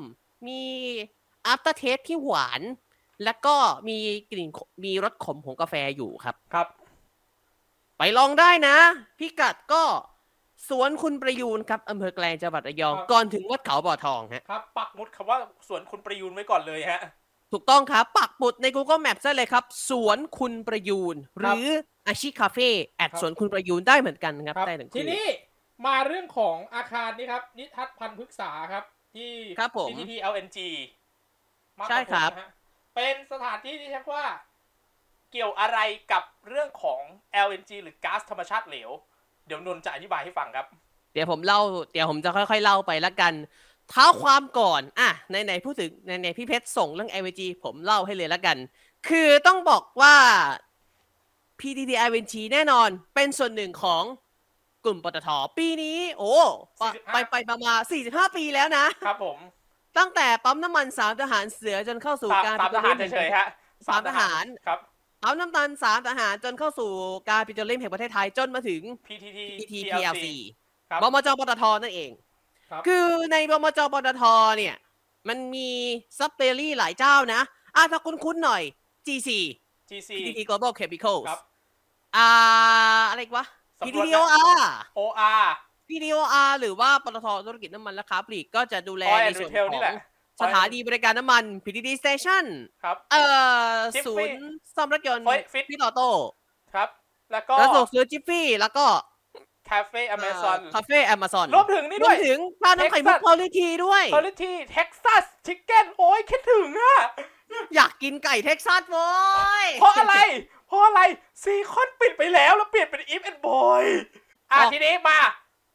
Speaker 2: มี after taste ที่หวาน แล้วก็มีกลิ่นขมีรสขมของกาแฟอยู่ครับ
Speaker 3: ครับ
Speaker 2: ไปลองได้นะ พิกัดก็สวนคุณประยูนครับอำเภอแกลงจังหวัดระยอง
Speaker 3: ครับ
Speaker 2: ก่อนถึงวัดเขาบ่อทองฮะ
Speaker 3: ครับ ปักหมุดคำว่าสวนคุณประยูนไว้ก่อนเลยฮะ
Speaker 2: ถูกต้องครับ ปักปุดใน Google Map ซะเลยครับ สวนคุณประยูน หรืออาชิคาเฟ่แอด
Speaker 3: ครับ
Speaker 2: สวนคุณประยูนได้เหมือนกันครับ
Speaker 3: ครับ
Speaker 2: ได้ทั้ง
Speaker 3: ที
Speaker 2: คู่
Speaker 3: นี้มาเรื่องของอาคารนี้ครับ นิทัศน์พันธ์พฤกษาครับ ที่
Speaker 2: ครับผม
Speaker 3: ที่ TLNG มา
Speaker 2: ใช่ครับ
Speaker 3: นะฮะเป็นสถานที่ที่เรียกว่า เกี่ยวอะไรกับเรื่องของ LNG หรือก๊าซธรรมชาติเหลว เดี๋ยวนนท์จะอธิบายให้ฟังครับ
Speaker 2: เดี๋ยวผมเล่า เดี๋ยวผมจะค่อย ๆ เล่าไปละกัน เท้าความก่อน อ่ะไหนๆพูดถึงไหนๆพี่เพชรส่งเรื่อง i v g ผมเล่าให้เลยละกัน คือต้องบอกว่า PTT i v g แน่นอนเป็นส่วนหนึ่งของกลุ่มปตท ปีนี้ โอ้ปะ
Speaker 3: 45
Speaker 2: ไปไปมามา 45 ปีแล้วนะ
Speaker 3: ครับผม
Speaker 2: ตั้งแต่ปั๊มน้ำมันสามทหารเสือจนเข้าสู่
Speaker 3: สาม
Speaker 2: การ
Speaker 3: สามทหารเฉยๆฮะ
Speaker 2: สามทหาร
Speaker 3: ครับ
Speaker 2: เอาน้ำตาลสามทหารจนเข้าสู่การปิโตรเลียมแห่งประเทศไทยจนมาถึง
Speaker 3: PTT
Speaker 2: PT
Speaker 3: TLC
Speaker 2: PLC
Speaker 3: ครับ
Speaker 2: บมจปตทนั่นเอง
Speaker 3: ครับ
Speaker 2: คือในบมจปตทเนี่ย มันมีซับเตอรี่หลายเจ้านะ อ่ะถ้าคุ้นๆหน่อย GC
Speaker 3: GC
Speaker 2: PTT Global Chemicals
Speaker 3: ครับ
Speaker 2: อ่า อะไรอีกวะ
Speaker 3: สำรวจ
Speaker 2: PTT
Speaker 3: นะ
Speaker 2: OR
Speaker 3: OR
Speaker 2: PTT OR หรือว่าปตทธุรกิจน้ำมันและค้าปลีกก็จะดูแล
Speaker 3: Oil
Speaker 2: ใน
Speaker 3: and
Speaker 2: ส่วน
Speaker 3: Retail
Speaker 2: ข
Speaker 3: นี่
Speaker 2: อ
Speaker 3: แห
Speaker 2: ง
Speaker 3: ละ
Speaker 2: สถานีบริการน้ำมัน PTT Station
Speaker 3: ครับ
Speaker 2: เอ่อ
Speaker 3: Jiffy
Speaker 2: ศูนย์ซ่อมรถยนต์
Speaker 3: Ford Fit
Speaker 2: พี่ต่อโต้
Speaker 3: ครับ แล้วก็
Speaker 2: แล้วส่งซื้อจิฟฟี่แล้วก็
Speaker 3: คาเฟ่อเมซอน
Speaker 2: คาเฟ่แอมซอน
Speaker 3: รวมถึงนี่
Speaker 2: ร
Speaker 3: ด้
Speaker 2: ว
Speaker 3: ว
Speaker 2: ม
Speaker 3: ย
Speaker 2: ถึงข้าวน้ำไข่มุก
Speaker 3: Texas
Speaker 2: พอลิทีด้วย
Speaker 3: เอริทีเท็กซัสชิคเก้นโอ้ยคิดถึงอะ
Speaker 2: อยากกินไก่เท็กซัสโว้ย
Speaker 3: เพราะอะไร เพราะอะไรซีคอนปิดไปแล้วแล้วเปลี่ยนเป็นอีฟแอนด์บอยอ่ะ
Speaker 2: อ๋อ
Speaker 3: ทีนี้มา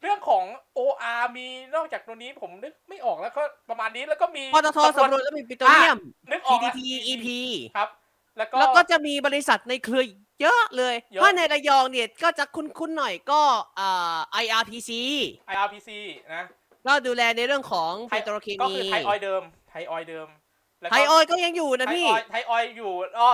Speaker 3: เรื่องของ OR มีนอกจากตัวนี้ผมนึกไม่ออกแล้วก็ประมาณนี้แล้วก็มี
Speaker 2: ปตทสำรวจและมีปิโตรเลียม
Speaker 3: นึกออก
Speaker 2: PTT EP
Speaker 3: แล้วครับ แล้วก็
Speaker 2: แล้วก็จะมีบริษัทในเครือเยอะเลย
Speaker 3: เยอะ
Speaker 2: ถ้าในระยองเนี่ยก็จะคุ้นๆหน่อยก็อ่า IRPC
Speaker 3: IRPC นะ
Speaker 2: ก็ดูแลในเรื่องของ
Speaker 3: ไท
Speaker 2: ปิ
Speaker 3: ย
Speaker 2: โตรเค
Speaker 3: ก็
Speaker 2: มี
Speaker 3: คือไทยออยล์เดิม ไทยออยล์เดิมแล้ว
Speaker 2: ไท
Speaker 3: ก็
Speaker 2: ยออยล์ก็ยังอยู่นะพี่
Speaker 3: ไทยออยล์ไทยออยล์อยู่อ๋อ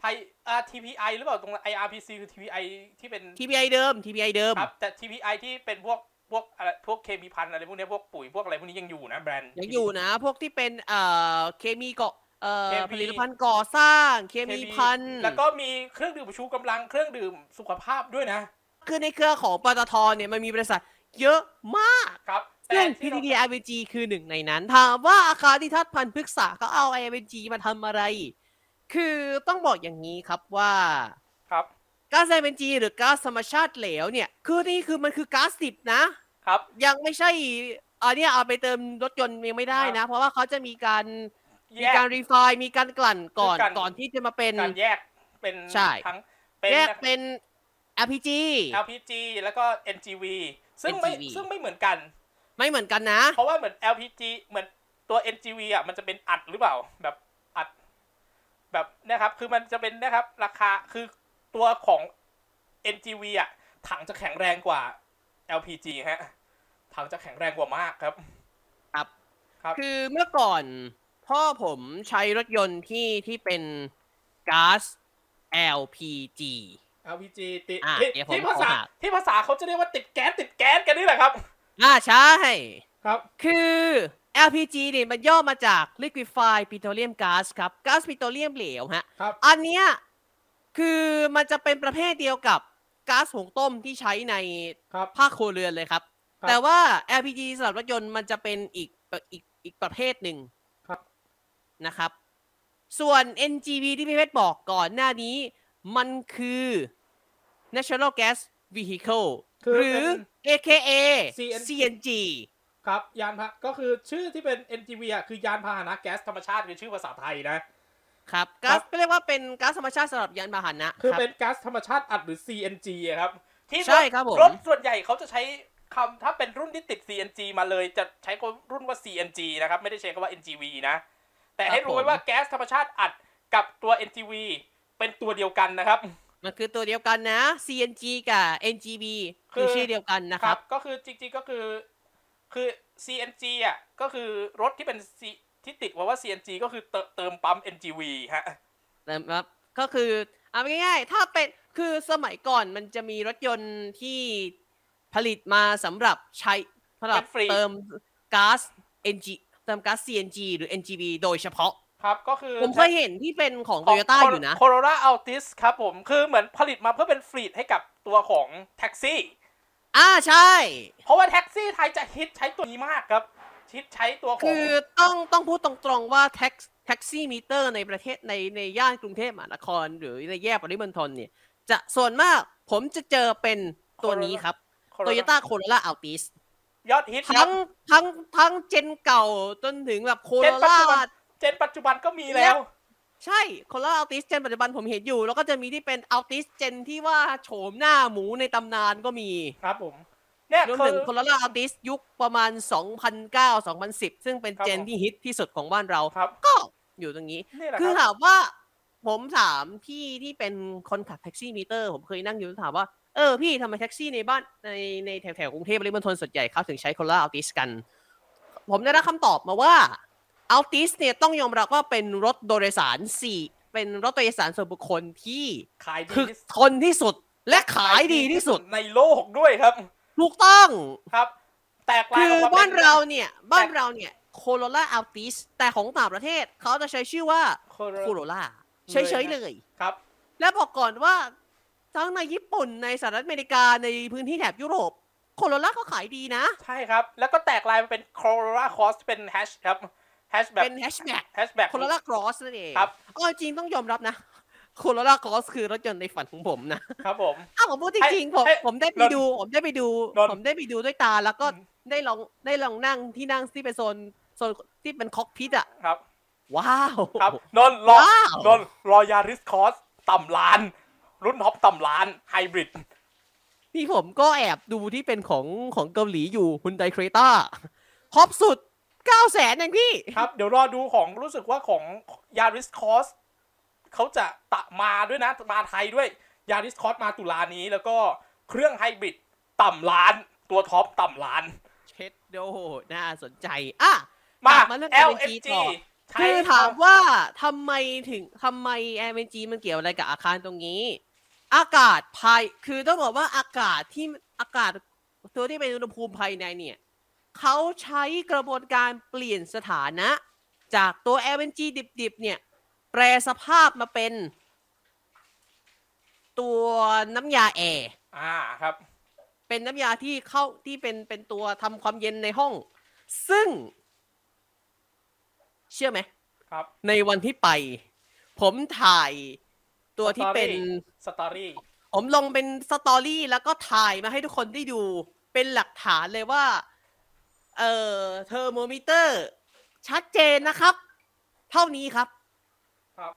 Speaker 3: ไทยอ่า TPI หรือเปล่าตรง IRPC คือ TPI ที่เป็น
Speaker 2: TPI เดิม TPI เดิม
Speaker 3: ครับแต่ TPI ที่เป็นพวกพวกอะไรพวกเคมีพันอะไรพวกเนี้ยพวกปุ๋ยพวกอะไรพวกนี้ยังอยู่นะแบรนด์
Speaker 2: ยังอยู่นะ พวกที่เป็นเอ่อเคมีก่อเอ่อ
Speaker 3: เคมี
Speaker 2: ผลิตภัณฑ์ก่อสร้าง เคมีพัน
Speaker 3: แล้วก็มีเครื่องดื่มชูกำลังเครื่องดื่มสุขภาพด้วยนะ
Speaker 2: คือในเครือของปตทเนี่ยมันมีบริษัทเยอะมาก
Speaker 3: ครับ
Speaker 2: ซึ่ง
Speaker 3: แต่ที่เรา
Speaker 2: PTT IVG คือหนึ่งในนั้น ถามว่าอาคารที่ทัดพันธ์พฤกษาเขาเอา IVG มาทำอะไร คือต้องบอกอย่างนี้ครับว่า
Speaker 3: ครับ
Speaker 2: ก๊าซ LPG หรือก๊าซธรรมชาติเหลวเนี่ย คือนี่คือมันคือก๊าซดิบนะ
Speaker 3: ครับ
Speaker 2: ยังไม่ใช่อันเนี้ยเอาไปเติมรถยนต์ยังไม่ได้นะ เพราะว่าเขาจะมีการมี
Speaker 3: แยก
Speaker 2: การรีไฟมีการกลั่นก่อน
Speaker 3: คือการ
Speaker 2: ก่อนที่จะมาเป็น
Speaker 3: การแยกเป็น
Speaker 2: ใช่
Speaker 3: ทั้งเป็น
Speaker 2: แยกเป็น LPG
Speaker 3: LPG แล้วก็ NGV ซึ่งไม่
Speaker 2: NGV
Speaker 3: ซึ่งไม่เหมือนกัน
Speaker 2: ไม่เหมือนกันนะ
Speaker 3: เพราะว่าเหมือน LPG เหมือนตัว NGV อ่ะมันจะเป็นอัดหรือเปล่า แบบอัด แบบเนะครับ คือมันจะเป็นนะครับ ราคาคือตัวของ NGV อ่ะถังจะแข็งแรงกว่า LPG ฮะถังจะแข็งแรงกว่ามากครับ
Speaker 2: ครับ
Speaker 3: ครับ
Speaker 2: คือเมื่อก่อนพ่อผมใช้รถยนต์ที่ที่เป็นก๊าซ LPG
Speaker 3: LPG ติด
Speaker 2: อ่ะ
Speaker 3: ที่
Speaker 2: เดี๋ยวผม
Speaker 3: ที่ภา
Speaker 2: ขอ
Speaker 3: ษา
Speaker 2: หา
Speaker 3: ที่ภาษาเขาจะเรียกว่าติดแก๊สติดแก๊สกันนี่แหละครับ
Speaker 2: อ่าใช่
Speaker 3: ครับ
Speaker 2: คือ LPG เนี่ยมันย่อมาจาก liquefied petroleum gas ครับก๊าซปิโตรเลียมเหลวฮะ
Speaker 3: ครับ
Speaker 2: อันเนี้ยคือมันจะเป็นประเภทเดียวกับก๊าซหุงต้มที่ใช้ใน
Speaker 3: ครับ
Speaker 2: ภาคครัวเรือนเลยครับ
Speaker 3: ครับ
Speaker 2: แต่ว่า LPG สำหรับรถยนต์มันจะเป็นอีกอีกอีกประเภทหนึ่ง
Speaker 3: ครับ
Speaker 2: นะครับ ส่วน NGV ที่พี่เพชรบอกก่อนหน้านี้ มันคือ National Gas Vehicle
Speaker 3: คือ
Speaker 2: ห
Speaker 3: เป็
Speaker 2: รื
Speaker 3: น
Speaker 2: อ AKA
Speaker 3: CNG
Speaker 2: CNG
Speaker 3: ครับ ยานพาก็คือชื่อที่เป็น NGV อ่ะคือยานพาหนะแก๊สธรรมชาติคือชื่อภาษาไทยนะ
Speaker 2: ครับ
Speaker 3: ครั
Speaker 2: ก๊า
Speaker 3: บ
Speaker 2: ซเรียกว่าเป็นก๊าซธรรมชาติสำหรับยานพาหนะ
Speaker 3: คือ
Speaker 2: รับ
Speaker 3: เป็นก๊าซธรรมชาติอัดหรือ CNG อะครับ ที่
Speaker 2: ใช่ครับผม
Speaker 3: รถส่วนใหญ่เขาจะใช้คำถ้าเป็นรุ่นที่ติด CNG มาเลยจะใช้คำรุ่นว่า CNG นะครับ ไม่ได้ใช้คำว่า NGV นะ แต่ให้รู้ไว้ว่าแก๊สธรรมชาติอัดกับตัว NGV เป็นตัวเดียวกันนะครับ
Speaker 2: มันคือตัวเดียวกันนะ CNG กับ NGB
Speaker 3: คื
Speaker 2: คือ อชื่อเดียวกันนะครับ
Speaker 3: ก็คือจริงๆก็คือคือ CNG อ่ะก็คือรถที่เป็น C ที่ติดไว้ว่า CNG ก็คือเติเติมปั๊ม NGV ฮะ
Speaker 2: แต่ว่าก็คือเอาง่ายๆ ถ้าเป็นคือสมัยก่อนมันจะมีรถยนต์ที่ผลิตมาสำหรับใช้สำหรับ
Speaker 3: เป็นฟรี
Speaker 2: เติมก๊าซ NG เติมก๊าซ CNG หรือ NGB โดยเฉพาะ
Speaker 3: ครับก็คือ
Speaker 2: ผมเคยเห็นที่เป็นของ t o y ยต้าอยู่นะ
Speaker 3: โคโรนาอัลติสครับผม คือเหมือนผลิตมาเพื่อเป็นฟรีดให้กับตัวของแท็กซี่
Speaker 2: อ่าใช่
Speaker 3: เพราะว่าแท็กซี่ไทยจะฮิตใช้ตัวนี้มากครับฮิตใช้ตัวของ
Speaker 2: คือต้องต้องพูดตรงๆว่าแท็กแท็กซี่มิเตอร์ในประเทศในในย่านกรุงเทพมหานคร หรือในแยกปริมณฑลเนี่ย จะส่วนมากผมจะเจอเป็นตัวนี้ครับ
Speaker 3: โคโร
Speaker 2: t o y
Speaker 3: น
Speaker 2: o t a c o r o l a Altis
Speaker 3: ยอดฮิตครั
Speaker 2: ทั้
Speaker 3: บ
Speaker 2: งทั้งทั้งเจนเก่าจนถึงแบบโคโร
Speaker 3: เจนปัจ
Speaker 2: ล่า
Speaker 3: จุบัน เจนปัจจุบันก็มีแล้ว
Speaker 2: ใช่โคโรล่า Altis เจนปัจจุบันผมเห็นอยู่ แล้วก็จะมีที่เป็น Altis เจนที่ว่าโฉมหน้าหมูในตำนานก็มี
Speaker 3: ครับผม เนี่ย
Speaker 2: รวม
Speaker 3: คื
Speaker 2: ถึ
Speaker 3: อ
Speaker 2: งโคโรล่า Altis ยุคประมาณ 2009-2010 ซึ่งเป็น
Speaker 3: ครับ
Speaker 2: เจน
Speaker 3: ผม
Speaker 2: ที่ฮิตที่สุดของบ้านเรา
Speaker 3: ครับ
Speaker 2: ก็อยู่ตรงนี้
Speaker 3: นี่แหละ
Speaker 2: คือ
Speaker 3: ครับ
Speaker 2: ถามว่าผมถามพี่ที่เป็นคนขับแท็กซี่มิเตอร์ ผมเคยนั่งอยู่ถามว่า เออพี่ทำไมแท็กซี่ในบ้านในในแถวแถวๆกรุงเทพปริมณฑลส่วนใหญ่เขาถึงใช้โคลาอัลติสกัน ผมได้รับคำตอบมาว่าอัลติสเนี่ยต้องยอมรับว่าเป็นรถโดยสารสี่เป็นรถโดยสารส่วนบุคคลที่
Speaker 3: ขายดี
Speaker 2: ถึก
Speaker 3: ที่สุด
Speaker 2: ทนที่สุดและขายดีที่ สุด
Speaker 3: ในโลกด้วยครับ
Speaker 2: ถูกต้อง
Speaker 3: ครับ แตกลาย
Speaker 2: คือ
Speaker 3: ออกมาป็
Speaker 2: บ้านเราเนี่ยบ้านเราเนี่ยโคโรล่าอัลติสแต่ของต่างประเทศเขาจะใช้ชื่อว่า
Speaker 3: Corolla
Speaker 2: โคโรล่าเฉยๆเลย
Speaker 3: ครับ
Speaker 2: และบอกก่อนว่าทั้งในญี่ปุ่นในสหรัฐอเมริกาในพื้นที่แถบยุโรปโคโรล่าก็ขายดีนะ
Speaker 3: ใช่ครับ แล้วก็แตกลายมาเป็นโคโรนาคอสเป็นแฮชครับแฮชแบบ
Speaker 2: เป็นแฮชแท็ก
Speaker 3: แฮชแบบ
Speaker 2: โคโรล่า r รอสนั่นเอง
Speaker 3: ครับ
Speaker 2: เอ๋อจริงต้องยอมรับนะ โคโรล่า r รอสคือรถยนต์ในฝันของผมนะครับ
Speaker 3: ผม
Speaker 2: อ้าวผมพูดจริงๆผม
Speaker 3: ให้
Speaker 2: ผมได้ไป
Speaker 3: นนท์
Speaker 2: ดู ผมได้ไปดู
Speaker 3: นนท์
Speaker 2: ผมได้ไปดูด้วยตาแล้วก็
Speaker 3: อืม
Speaker 2: ได้ลองได้ลองนั่งที่นั่งที่เป็นโซนโซนที่เป็นคอกพิทอะ
Speaker 3: ครับ
Speaker 2: ว้าว
Speaker 3: ครับนนท์รอ
Speaker 2: ว้าว
Speaker 3: นนท์รอยาริสคอสต่ำล้าน รุ่นท็อปต่ำล้านไฮบริด
Speaker 2: นี่ผมก็แอบดูที่เป็นของของเกาหลีอยู่ฮุนไดเครต้าท็อปสุด9 0 0แสนเองพี่
Speaker 3: ครับเดี๋ยวรอดูของรู้สึกว่าของยาริสคอสเขาจะตะมาด้วยนะ มาไทยด้วยยาริสคอสมาตุลานี้แล้วก็เครื่องไฮบริดต่ำล้าน ตัวท็อปต่ำล้าน
Speaker 2: เช็ดโดน่าสนใจอ่ะ
Speaker 3: มาก
Speaker 2: ลับมาเรื่อง LNG
Speaker 3: LNG
Speaker 2: ต่อ
Speaker 3: ใช้
Speaker 2: คือถามว่าทำไมถึงทำไม LNG มันเกี่ยวอะไรกับอาคารตรงนี้ อากาศภายคือต้องบอกว่าอากาศที่อากาศตัวที่เป็นอุณหภูมิภายในเนี่ยเขาใช้กระบวนการเปลี่ยนสถานะ จากตัว LNG ดิบๆ เนี่ย แปรสภาพมาเป็น ตัวน้ำยาแอร์
Speaker 3: อ่าครับ
Speaker 2: เป็นน้ำยาที่เข้าที่เป็นเป็นตัวทำความเย็นในห้อง ซึ่ง เชื่อไหม
Speaker 3: ครับ
Speaker 2: ในวันที่ไป ผมถ่ายตัวที่เป็น
Speaker 3: สตอรี่
Speaker 2: ผมลงเป็นสตอรี่แล้วก็ถ่ายมาให้ทุกคนได้ดู เป็นหลักฐานเลยว่า เอ่อเทอร์โมมิเตอร์ ชัดเจนนะครับ เท่านี้ครับ
Speaker 3: ครั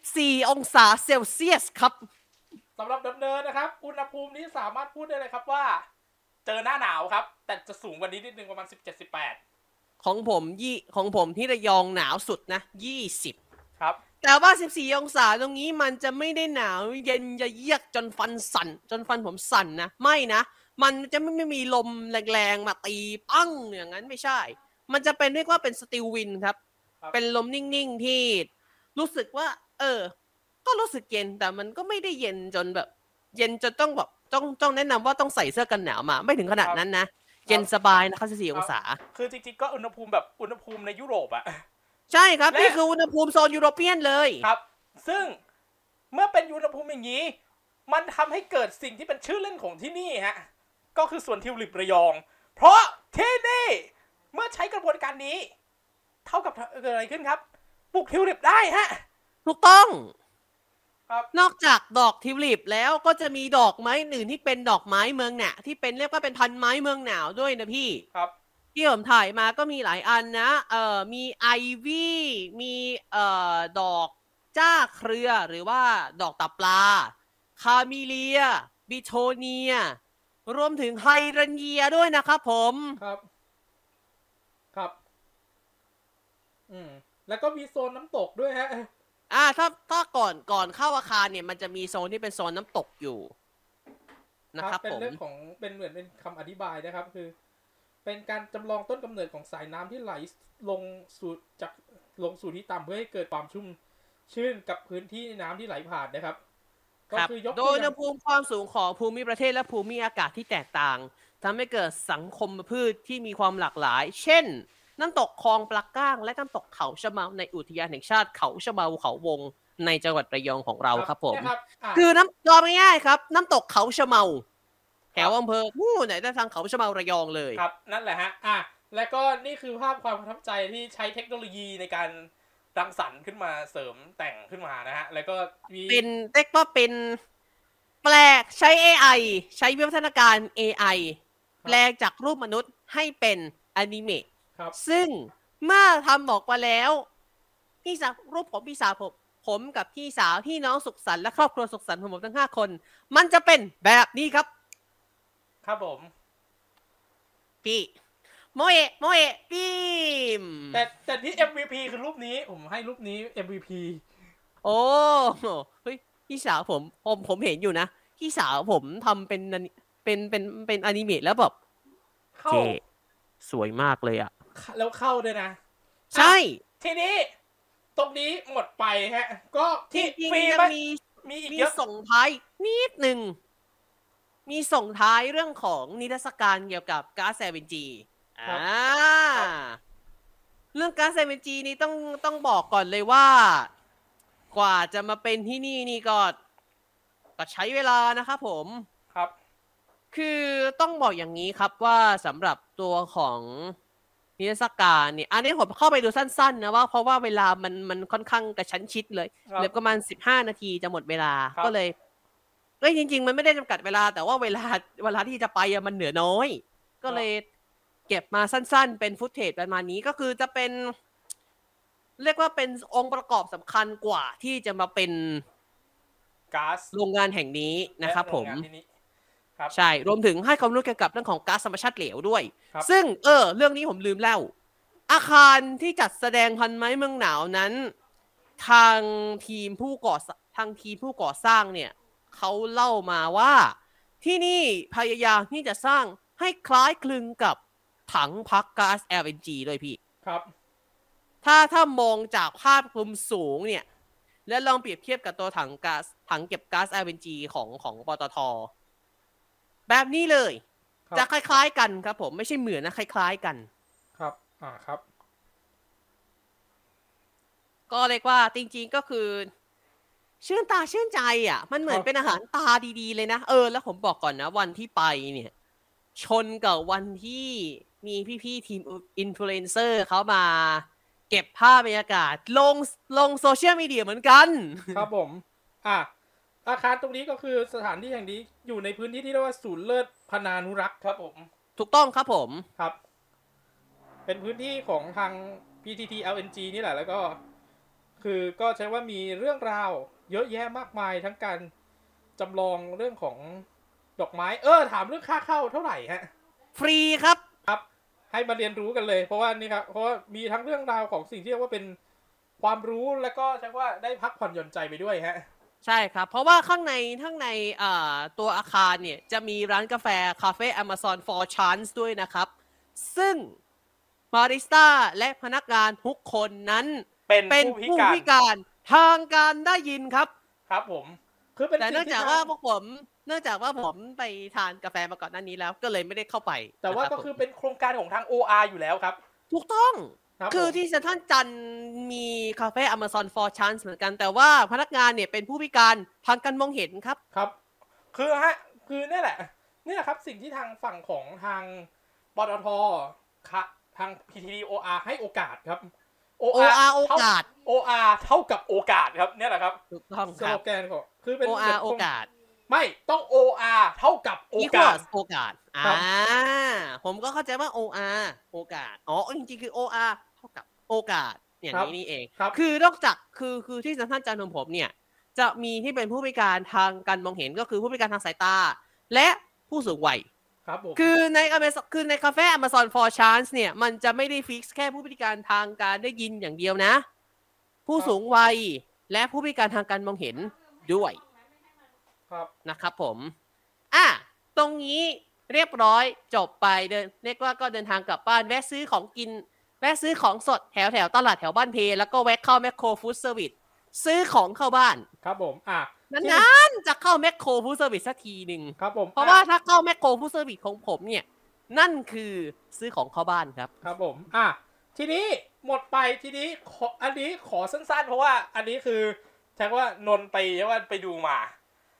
Speaker 3: บ
Speaker 2: 14 องศาเซลเซียสครับ
Speaker 3: สำหรับดำเนินนะครับ อุณหภูมินี้สามารถพูดได้เลยครับว่า เจอหน้าหนาวครับ แต่จะสูงกว่านี้นิดนึงประมาณสิบเจ็ดสิบแปด
Speaker 2: ของผมยี่ของผมที่ระยองหนาวสุดนะ 20
Speaker 3: ครับ
Speaker 2: แต่ว่า 14 องศาตรงนี้มันจะไม่ได้หนาว เย็นจะเยือกจนฟันสั่น จนฟันผมสั่นนะ ไม่นะ มันจะไม่ไม่มีลมแรงๆ มาตีปั้งอย่างนั้นไม่ใช่ มันจะเป็นเรียกว่าเป็นสติลวินครับ
Speaker 3: ครับ
Speaker 2: เป็นลมนิ่งๆ ที่รู้สึกว่า เออ ก็รู้สึกเย็นแต่มันก็ไม่ได้เย็นจนแบบ เย็นจนต้องแบบต้องต้องแนะนำว่าต้องใส่เสื้อกันหนาวมา ไม่ถึงขนาดนั้นนะ เย็นสบายนะครับ14องศา
Speaker 3: คือจริงๆก็อุณหภูมิแบบอุณหภูมิในยุโรปอะ
Speaker 2: ใช่ครับ
Speaker 3: และ
Speaker 2: นี่คืออุณหภูมิโซนยุโรเปียนเลย
Speaker 3: ครับ ซึ่งเมื่อเป็นอุณหภูมิอย่างนี้ มันทำให้เกิดสิ่งที่เป็นชื่อเล่นของที่นี่ฮะ ก็คือสวนทิวลิประยอง เพราะที่นี่ เมื่อใช้กระบวนการนี้ เท่ากับเกิดอะไรขึ้นครับ ปลูกทิวลิปได้ฮะ
Speaker 2: ถูกต้อง
Speaker 3: ครับ
Speaker 2: นอกจากดอกทิวลิปแล้วก็จะมีดอกไม้อื่นที่เป็นดอกไม้เมืองหนาที่เป็นเรียกว่าเป็นพันไม้เมืองหนาวด้วยนะพี่
Speaker 3: ครับ
Speaker 2: ที่ผมถ่ายมาก็มีหลายอันนะ เอ่อ มีไอวี่มีเอ่อดอกจ้าเครือหรือว่าดอกตับปลา คามิเลีย บิโทเนีย รวมถึงไฮรันเยียด้วยนะครับผม
Speaker 3: ครับ ครับ อืม แล้วก็มีโซนน้ำตกด้วยฮะ
Speaker 2: อ่าถ้าถ้าก่อนก่อนเข้าอาคารเนี่ยมันจะมีโซนที่เป็นโซนน้ำตกอยู่ นะครับ
Speaker 3: เป็
Speaker 2: ผ
Speaker 3: น
Speaker 2: ม
Speaker 3: เรื่องของเป็นเหมือนเป็นคำอธิบายนะครับ คือ เป็นการจำลองต้นกำเนิดของสายน้ำที่ไหลลงสู่จากลงสู่ที่ต่ำเพื่อให้เกิดความชุ่มชื่นกับพื้นที่น้ำที่ไหลผ่านนะครับ ก็
Speaker 2: ครับ
Speaker 3: คือยก
Speaker 2: โด
Speaker 3: ตัวย อ
Speaker 2: อุณห
Speaker 3: ย่าง
Speaker 2: ภูมิความสูงของภูมิประเทศและภูมิอากาศที่แตกต่างทำให้เกิดสังคมพืชที่มีความหลากหลาย เช่น น้ำตกคลองปลาก้าง และน้ำตกเขาชะเมาในอุทยานแห่งชาติเขาชะเมาเขาวง ในจังหวัดระยองของเราครับผม
Speaker 3: นะครับอ่ะ
Speaker 2: คือน้ำยอมง่ายๆครับ น้ำตกเขาชะเมาแถว
Speaker 3: ครับ
Speaker 2: อำเภอมู่ไหนได้ทางเขาชะเมาระยองเลย
Speaker 3: ครับ นั่นแหละฮะ อ่ะ แล้วก็นี่คือภาพความประทับใจที่ใช้เทคโนโลยีในการรังสรรค์ขึ้นมาเสริมแต่งขึ้นมานะฮะ แล้วก็มี
Speaker 2: เป็นเรียกว่าเป็นแปลกใช้ AI ใช้วิวัฒนาการ AI แปลงจากรูปมนุษย์ให้เป็นอนิเมะ
Speaker 3: ครับ
Speaker 2: ซึ่งเมื่อทำออกมาแล้ว พี่สาวรูปผมพี่สาวผมผมกับพี่สาวพี่น้องสุขสันต์และครอบครัวสุขสันต์ของผมทั้งห้าคน มันจะเป็นแบบนี้ครับ
Speaker 3: ครับผม
Speaker 2: พี่โมเอะโมเอะพี่ม
Speaker 3: แต่แต่ที่ MVP คือรูปนี้ ผมให้รูปนี้ MVP
Speaker 2: โอ้เฮ้ยพี่สาวผมผมผมเห็นอยู่นะ พี่สาวผมทำเป็นนันเป็นเป็นเป็นอนิเมะแล้วแบบ
Speaker 3: เข้า
Speaker 2: เจสวยมากเลยอ่ะ
Speaker 3: แล้วเข้าด้วยนะ
Speaker 2: ใช่
Speaker 3: ทีนี้ตรงนี้หมดไปฮะ ก็
Speaker 2: จ
Speaker 3: ที่
Speaker 2: ริง
Speaker 3: ฟรี
Speaker 2: ๆยัง
Speaker 3: ไหม
Speaker 2: มี
Speaker 3: มีอีก
Speaker 2: มี
Speaker 3: เยอะ
Speaker 2: ส่งท้ายนิดหนึ่ง มีส่งท้ายเรื่องของนิทรรศการเกี่ยวกับก๊าซแซเวนจีอ่าเรื่องก๊าซแซเวนจีนี้ต้องต้องบอกก่อนเลยว่า กว่าจะมาเป็นที่นี่นี่ก็ก็ใช้เวลานะครับผม
Speaker 3: ครับ
Speaker 2: คือต้องบอกอย่างนี้ครับว่าสำหรับตัวของนิทรรศการเนี่ยอันนี้ผมเข้าไปดูสั้นๆนะว่าเพราะว่าเวลามันมันค่อนข้างกระชั้นชิดเลย
Speaker 3: ครับ
Speaker 2: เหลือประมาณสิบห้านาทีจะหมดเวลา
Speaker 3: ครับ
Speaker 2: ก็เลยเอ้ยจริง ๆ มันไม่ได้จำกัดเวลา แต่ว่าเวลาเวลาที่จะไปอะมันเหนือน้อย ก็เลยเก็บมาสั้น ๆ เป็นฟุตเทจประมาณนี้ก็คือจะเป็น เรียกว่าเป็นองค์ประกอบสำคัญกว่าที่จะมาเป็น
Speaker 3: ก๊าซ
Speaker 2: โรงงานแห่งนี้นะครับผม
Speaker 3: และโงงานที่นี้ครับ
Speaker 2: ใช่ รวมถึงให้ความรู้เกี่ยวกับเรื่องของก๊าซธรรมชาติเหลวด้วย
Speaker 3: ครับ
Speaker 2: ซึ่งเออ เรื่องนี้ผมลืมเล่า อาคารที่จัดแสดงพันไม้เมืองหนาวนั้น ทางทีมผู้ก่อสทางทีมผู้ก่อสร้างเนี่ยเขาเล่ามาว่า ที่นี่พยายามที่จะสร้างให้คล้ายคลึงกับถังพักก๊าซ LNG ด้วยพี่
Speaker 3: ครับ
Speaker 2: ถ้าถ้ามองจากภาพมุมสูงเนี่ย และลองเปรียบเทียบกับตัวถังก๊าซถังเก็บก๊าซ LNG ของของปตท แบบนี้เลย
Speaker 3: ครับ
Speaker 2: จะคล้ายๆกันครับผมไม่ใช่เหมือนนะคล้าย ๆกัน
Speaker 3: ครับ อ่าครับ
Speaker 2: ก็เรียกว่าจริงๆก็คือ ชื่นตาชื่นใจอ่ะ มันเหมือน
Speaker 3: ครับ
Speaker 2: เป็นอาหารตาดีๆเลยนะ เออ แล้วผมบอกก่อนนะ วันที่ไปเนี่ย ชนกับวันที่มีพี่ๆทีมอินฟลูเอนเซอร์เขามา เก็บภาพบรรยากาศ ลงลงโซเชียลมีเดียเหมือนกัน
Speaker 3: ครับผม อ่ะ อาคารตรงนี้ก็คือสถานที่แห่งนี้อยู่ในพื้นที่ที่เรียกว่าศูนย์เลิศพนานุรักษ์ครับผม
Speaker 2: ถูกต้องครับผม
Speaker 3: ครับ เป็นพื้นที่ของทาง PTT LNG นี่แหละ แล้วก็ คือก็ใช้ว่ามีเรื่องราว เยอะแยะมากมายทั้งการจำลองเรื่องของดอกไม้ เออ ถามเรื่องค่าเข้าเท่าไหร่ฮะ
Speaker 2: ฟรีครับ
Speaker 3: ให้มาเรียนรู้กันเลย เพราะว่านี่ครับเพราะว่ามีทั้งเรื่องราวของสิ่งที่เรียกว่าเป็นความรู้แล้วก็ใช้ว่าได้พักผ่อนหย่อนใจไปด้วยฮะ
Speaker 2: ใช่ครับ เพราะว่าข้างในข้างในอ่าตัวอาคารเนี่ย จะมีร้านกาแฟ คาเฟ่ Amazon for Chance ด้วยนะครับ ซึ่งบาริสต้าและพนักงานทุกคนนั้น
Speaker 3: เป็น
Speaker 2: เป็น
Speaker 3: ผู้
Speaker 2: ผู้
Speaker 3: พิการ
Speaker 2: พิการทางการได้ยินครับ
Speaker 3: ครับผม คือเป็น
Speaker 2: แต่
Speaker 3: สิ่
Speaker 2: เนื่อง
Speaker 3: ที่
Speaker 2: จาก
Speaker 3: น่
Speaker 2: ว่าพวกผม เนื่องจากว่าผมไปทานกาแฟมาก่อนหน้านี้แล้ว ก็เลยไม่ได้เข้าไป
Speaker 3: แต่ว่า
Speaker 2: นะ
Speaker 3: ก็
Speaker 2: รับ
Speaker 3: คือ
Speaker 2: ผม
Speaker 3: เป็นโครงการของทาง OR อยู่แล้วครับ
Speaker 2: ถูกต้อง
Speaker 3: รับ
Speaker 2: คือ
Speaker 3: ผม
Speaker 2: ที่เซนทรัลจันทร์มีคาเฟ่ Amazon for Chance เหมือนกัน แต่ว่าพนักงานเนี่ยเป็นผู้พิการทางการมองเห็นครับ
Speaker 3: ครับ คือฮะคือเนี่ยแหละเนี่ยครับสิ่งที่ทางฝั่งของทางปตทค่ะทาง PTD OR ให้โอกาสครับ
Speaker 2: OR โอ
Speaker 3: เท่
Speaker 2: กาส
Speaker 3: OR เท่ากับโอกาสครับเนี่ยแหละครับ
Speaker 2: ถูกต้อง
Speaker 3: ส
Speaker 2: ครั
Speaker 3: โล
Speaker 2: บ
Speaker 3: แกนของคือเป็น
Speaker 2: OR โอกาส
Speaker 3: ไม่ต้อง OR เท่ากับโอ
Speaker 2: อีก
Speaker 3: กา
Speaker 2: ว่า
Speaker 3: ส
Speaker 2: โอกาส อ่า
Speaker 3: ครับ
Speaker 2: ผมก็เข้าใจว่า OR โอกาส อ๋อ จริงๆ คือ OR เท่ากับโอกาส อย่างนี้นี่เอง
Speaker 3: ครับ
Speaker 2: คือนอกจากคือคือที่สำนักจานของผมเนี่ย จะมีที่เป็นผู้พิการทางการมองเห็นก็คือผู้พิการทางสายตา และผู้สูงวัย
Speaker 3: ครับผม
Speaker 2: คือใน Amazon คือในคาเฟ่ Amazon for Chance เนี่ย มันจะไม่ได้ฟิกแค่ผู้พิการทางการได้ยินอย่างเดียวนะ ผู้สูงวัยและผู้พิการทางการมองเห็นด้วย
Speaker 3: ครับ
Speaker 2: นะครับผมอ่ะตรงนี้เรียบร้อยจบไปเดินเรียกว่าก็เดินทางกลับบ้านแวะซื้อของกิน แวะซื้อของสดแถวแถวตลาดแถวบ้านเพ แล้วก็แวะเข้าแมคโครฟู้ดเซอร์วิสซื้อของเข้าบ้าน
Speaker 3: ครับผมอ่ะ
Speaker 2: นั้
Speaker 3: ที่
Speaker 2: นๆจะเข้าแมคโครฟู้ดเซอร์วิสสักทีหนึ่ง
Speaker 3: ครับผม
Speaker 2: เพราะว่าถ้าเข้าแมคโครฟู้ดเซอร์วิสของผมเนี่ย นั่นคือซื้อของเข้าบ้านครับ
Speaker 3: ครับผมอ่ะทีนี้หมดไปทีนี้ขออันนี้ขอสั้นๆ เพราะว่าอันนี้คือแทกว่านนท์ไปเรียกว่าไปดูมา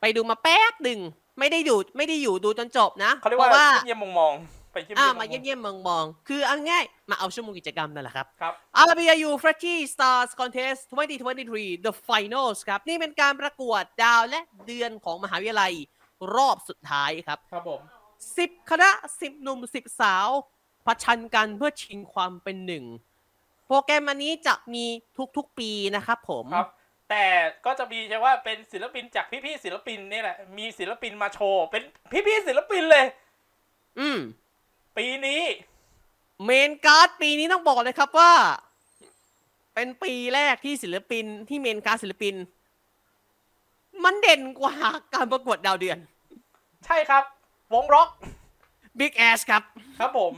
Speaker 2: ไปดูมาแป๊บหนึ่งไม่ได้อยู่ไม่ได้อยู่ดูจนจบนะ
Speaker 3: เขาเรียกว่า
Speaker 2: ว่า
Speaker 3: เยี่ยมมองมองๆไปเยี่ยม
Speaker 2: อ่ะ
Speaker 3: เยี่ยม
Speaker 2: มาเยี่ยมๆมองๆคือเอาง่ายๆมาเอาชั่วโมงกิจกรรมนั่นแหละครับ
Speaker 3: ครับ
Speaker 2: RBU f r e t c h y Stars Contest 2023 The Finals ครับ นี่เป็นการประกวดดาวและเดือนของมหาวิทยาลัยรอบสุดท้ายครับ
Speaker 3: ครับผม
Speaker 2: 10 คณะ 10 หนุ่ม 10 สาวผชันกันเพื่อชิงความเป็นหนึ่ง โปรแกรมอันนี้จะมีทุกๆปีนะครับผม
Speaker 3: ครับ แต่ก็จะมีใช่ว่าเป็นศิลปินจากพี่ๆศิลปินนี่แหละ มีศิลปินมาโชว์ เป็นพี่ๆศิลปินเลย
Speaker 2: อืม
Speaker 3: ปีนี้
Speaker 2: เมนการ์ดปีนี้ต้องบอกเลยครับว่า เป็นปีแรกที่ศิลปินที่เมนการ์ดศิลปิน มันเด่นกว่าการประกวดดาวเดือน
Speaker 3: ใช่ครับ วงร็อก
Speaker 2: Big Ass ครับ
Speaker 3: ครับผม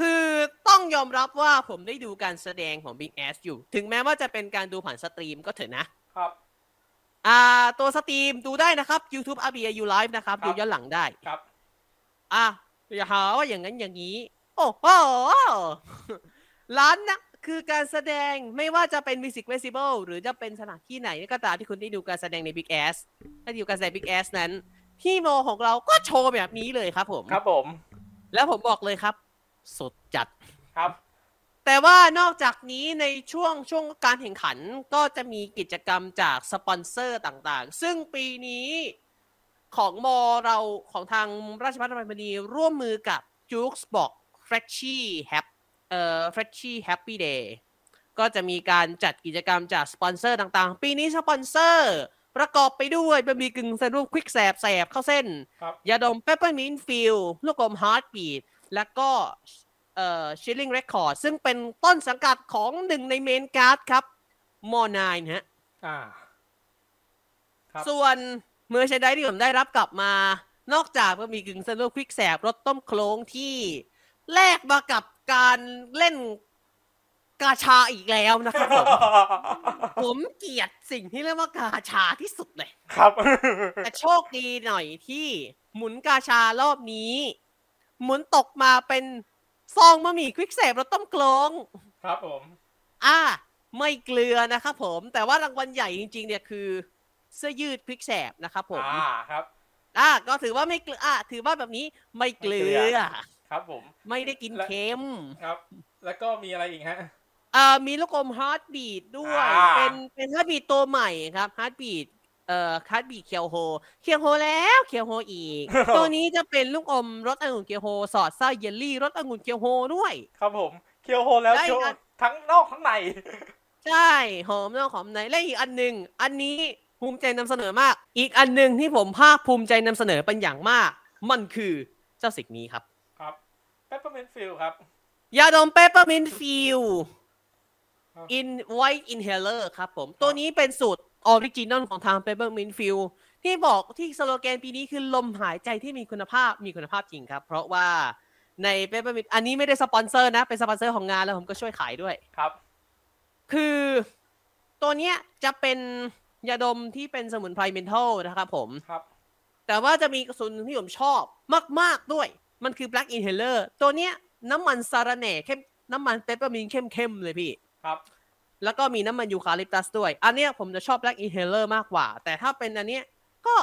Speaker 2: คือต้องยอมรับว่าผมได้ดูการแสดงของ Big Ass อยู่ ถึงแม้ว่าจะเป็นการดูผ่านสตรีมก็เถอะนะ
Speaker 3: ครับ
Speaker 2: อ่า ตัวสตรีมดูได้นะครับ YouTube r b a u Live นะครับ
Speaker 3: ครับ
Speaker 2: ดูย้อนหลังได้
Speaker 3: ครับ
Speaker 2: อ่ะอย่าหาว่าอย่างนั้นอย่างนี้ โอ้โห ร้านนะคือการแสดงไม่ว่าจะเป็น Music Festival หรือจะเป็นสถานที่ไหนก็ตามที่คุณได้ดูการแสดงใน Big Ass ถ้าดูการแสดง Big Ass นั้น พี่โมของเราก็โชว์แบบนี้เลยครับผม
Speaker 3: ครับผม
Speaker 2: แล้วผมบอกเลยครับ สดจัด
Speaker 3: ครับ
Speaker 2: แต่ว่านอกจากนี้ในช่วงช่วงการแข่งขันก็จะมีกิจกรรมจากสปอนเซอร์ต่างๆ ซึ่งปีนี้ของมอเราของทางราชภัฏบางพลีร่วมมือกับ j u k e s b o x f r e s h i Happy เอ่อ f r e s h i Happy Day ก็จะมีการจัดกิจกรรมจากสปอนเซอร์ต่างๆ ปีนี้สปอนเซอร์ ประกอบไปด้วยบะหมี่กึ่งสำเร็จรูปควิกแสบแสบเข้าเส้น
Speaker 3: ครับ
Speaker 2: ยาดมเปปเปอร์มินฟิลลูกอมฮาร์ดบีดแล้วก็เอ่อชิลลิงเรคคอร์ดซึ่งเป็นต้นสังกัดของหนึ่งในเมนการ์ดครับมอนายนะฮะ
Speaker 3: อ่า ครับ
Speaker 2: ส่วนเมื่อใช้ได้ที่ผมได้รับกลับมา นอกจากบะหมี่กึ่งสำเร็จรูปควิกแสบรสต้มโคลงที่แลกมากับการเล่นกาชาอีกแล้วนะครับผ ม ผมเกลียดสิ่งที่เรียกว่ากาชาที่สุดเลย
Speaker 3: ครับ
Speaker 2: แต่โชคดีหน่อยที่หมุนกาชารอบนี้ หมุนตกมาเป็นซองบะหมี่ควิกเสบรสต้มกลง
Speaker 3: ครับผม
Speaker 2: อ่า ไม่เกลือนะครับผม แต่ว่ารางวัลใหญ่จริงๆเนี่ยคือเสื้อยืดพริกแสบนะครับผม
Speaker 3: อ่าครับ
Speaker 2: อ่ะก็ถือว่าไม่เกลืออ่ะถือว่าแบบนี้ไม่เกลื
Speaker 3: ไม่เกลื
Speaker 2: อ
Speaker 3: อ ครับผม
Speaker 2: ไม่ได้กิน
Speaker 3: และ
Speaker 2: เค็ม
Speaker 3: ครับ แล้วก็มีอะไรอีกฮะ
Speaker 2: เอ่อมีลูกอมฮาร์ดบีดด้วย
Speaker 3: อ่า
Speaker 2: เป็นเป็นฮาร์ดบีดตัวใหม่ครับฮาร์ดบีดเอ่อฮาร์ดบีดเคียวโฮ เคียวโฮแล้วเคียวโฮอี ก ตัวนี้จะเป็นลูกอมรสองุ่นเคียวโฮสอดไส้เยลลี่รสองุ่นเคียวโฮด้วย
Speaker 3: ครับผม เคียวโฮแล้ว
Speaker 2: ได้
Speaker 3: เคียว
Speaker 2: ครับ
Speaker 3: ทั้งนอกทั้งใน
Speaker 2: ใช่หอมนอกหอมในและอีกอันหนึ่งอันนี้ภูมิใจนำเสนอมาก อีกอันหนึ่งที่ผมภาคภูมิใจนำเสนอเป็นอย่างมาก มันคือเจ้าสิ่งนี้ครับ
Speaker 3: ครับ p e p p e r m i n t f i e l ครับ
Speaker 2: ยาดมเปปเปอร์มินฟิล
Speaker 3: ครับ
Speaker 2: อินไวท์อินเฮเลอร์ครับผม ตัวนี้เป็นสูตรออริจินอลของทางเปปเปอร์มินฟิลที่บอกที่สโลแกนปีนี้คือลมหายใจที่มีคุณภาพมีคุณภาพจริงครับ เพราะว่าในเปปเปอร์มินอันนี้ไม่ได้สปอนเซอร์นะ เป็นสปอนเซอร์ของงานแล้วผมก็ช่วยขายด้วย
Speaker 3: ครับ
Speaker 2: คือตัวเนี้ยจะเป็นยาดมที่เป็นสมุนไพรเมนทัลนะครับผม
Speaker 3: ครับ
Speaker 2: แต่ว่าจะมีกระสุนหนึ่งที่ผมชอบมาก ๆ ด้วย มันคือ Black Inhaler ตัวเนี้ยน้ำมันซาราเน่เข้มน้ำมันเปปเปอร์มินเข้ม ๆ เลยพี่
Speaker 3: ครับ
Speaker 2: แล้วก็มีน้ำมันยูคาลิปตัสด้วย อันเนี้ยผมจะชอบ Black Inhaler มากกว่า แต่ถ้าเป็นอันเนี้ยก็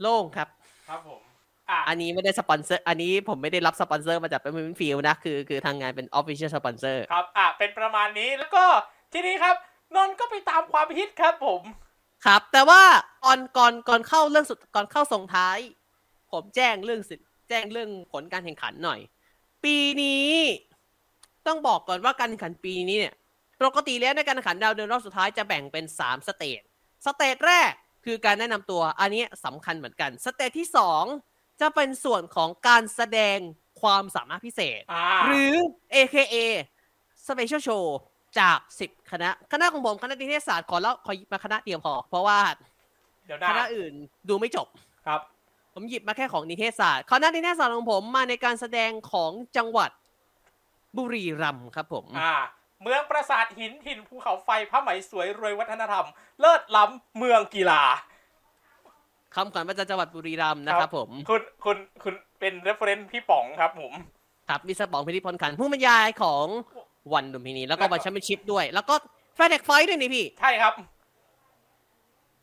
Speaker 2: โล่งครับ
Speaker 3: ครับผม อ่ะ
Speaker 2: อันนี้ไม่ได้สปอนเซอร์ อันนี้ผมไม่ได้รับสปอนเซอร์มาจากเปปเปอร์มินฟิลนะ คือคือทางงานเป็น Official Sponsor
Speaker 3: ครับ อ่ะ เป็นประมาณนี้ แล้วก็ทีนี้ครับ นนท์ก็ไปตามความฮิตครับผม
Speaker 2: ครับ แต่ว่าก่อนก่อนก่อนเข้าเรื่องสุดก่อนเข้าส่งท้าย ผมแจ้งเรื่องสิแจ้งเรื่องผลการแข่งขันหน่อย ปีนี้ ต้องบอกก่อนว่าการแข่งขันปีนี้เนี่ย ปกติแล้วในการแข่งขันดาวเดือนรอบสุดท้ายจะแบ่งเป็นสามสเตจสเตจแรกคือการแนะนำตัว อันนี้สำคัญเหมือนกันสเตจที่สองจะเป็นส่วนของการแสดงความสามารถพิเศษ
Speaker 3: อ่า
Speaker 2: หรือ AKA Special Show จาก 10 คณะ คณะของผมคณะนิเทศศาสตร์ขอเล่าขอหยิบมาคณะเดียวพอ เพราะว่า
Speaker 3: เดี๋ยว
Speaker 2: ค
Speaker 3: นะ
Speaker 2: ณะอื่นดูไม่จบ
Speaker 3: ครับ
Speaker 2: ผมหยิบมาแค่ของนิเทศศาสตร์ คณะนิเทศศาสตร์ของผมมาในการแสดงของจังหวัดบุรีรัมย์ครับผม
Speaker 3: อ่า เมืองปราสาทหินหินภูเขาไฟผ้าไหมสวยรวยวัฒนธรรม เลิศล้ำเมืองกีฬา
Speaker 2: คำขวัญประจำจังหวัดบุรีรัมย์นะครับผม
Speaker 3: คุณคุณคุณเป็น reference พี่ป๋องครับผม
Speaker 2: ครับมิสเตอร์ป๋องพิธิพลขันธ์ผู้บรรยายของวันดุมพินี แล้วก็วันแชมเปี้ยนชิพด้วย แล้วก็แฟนเด็กไฟท์ด้วยนี่พี่
Speaker 3: ใช่ครับ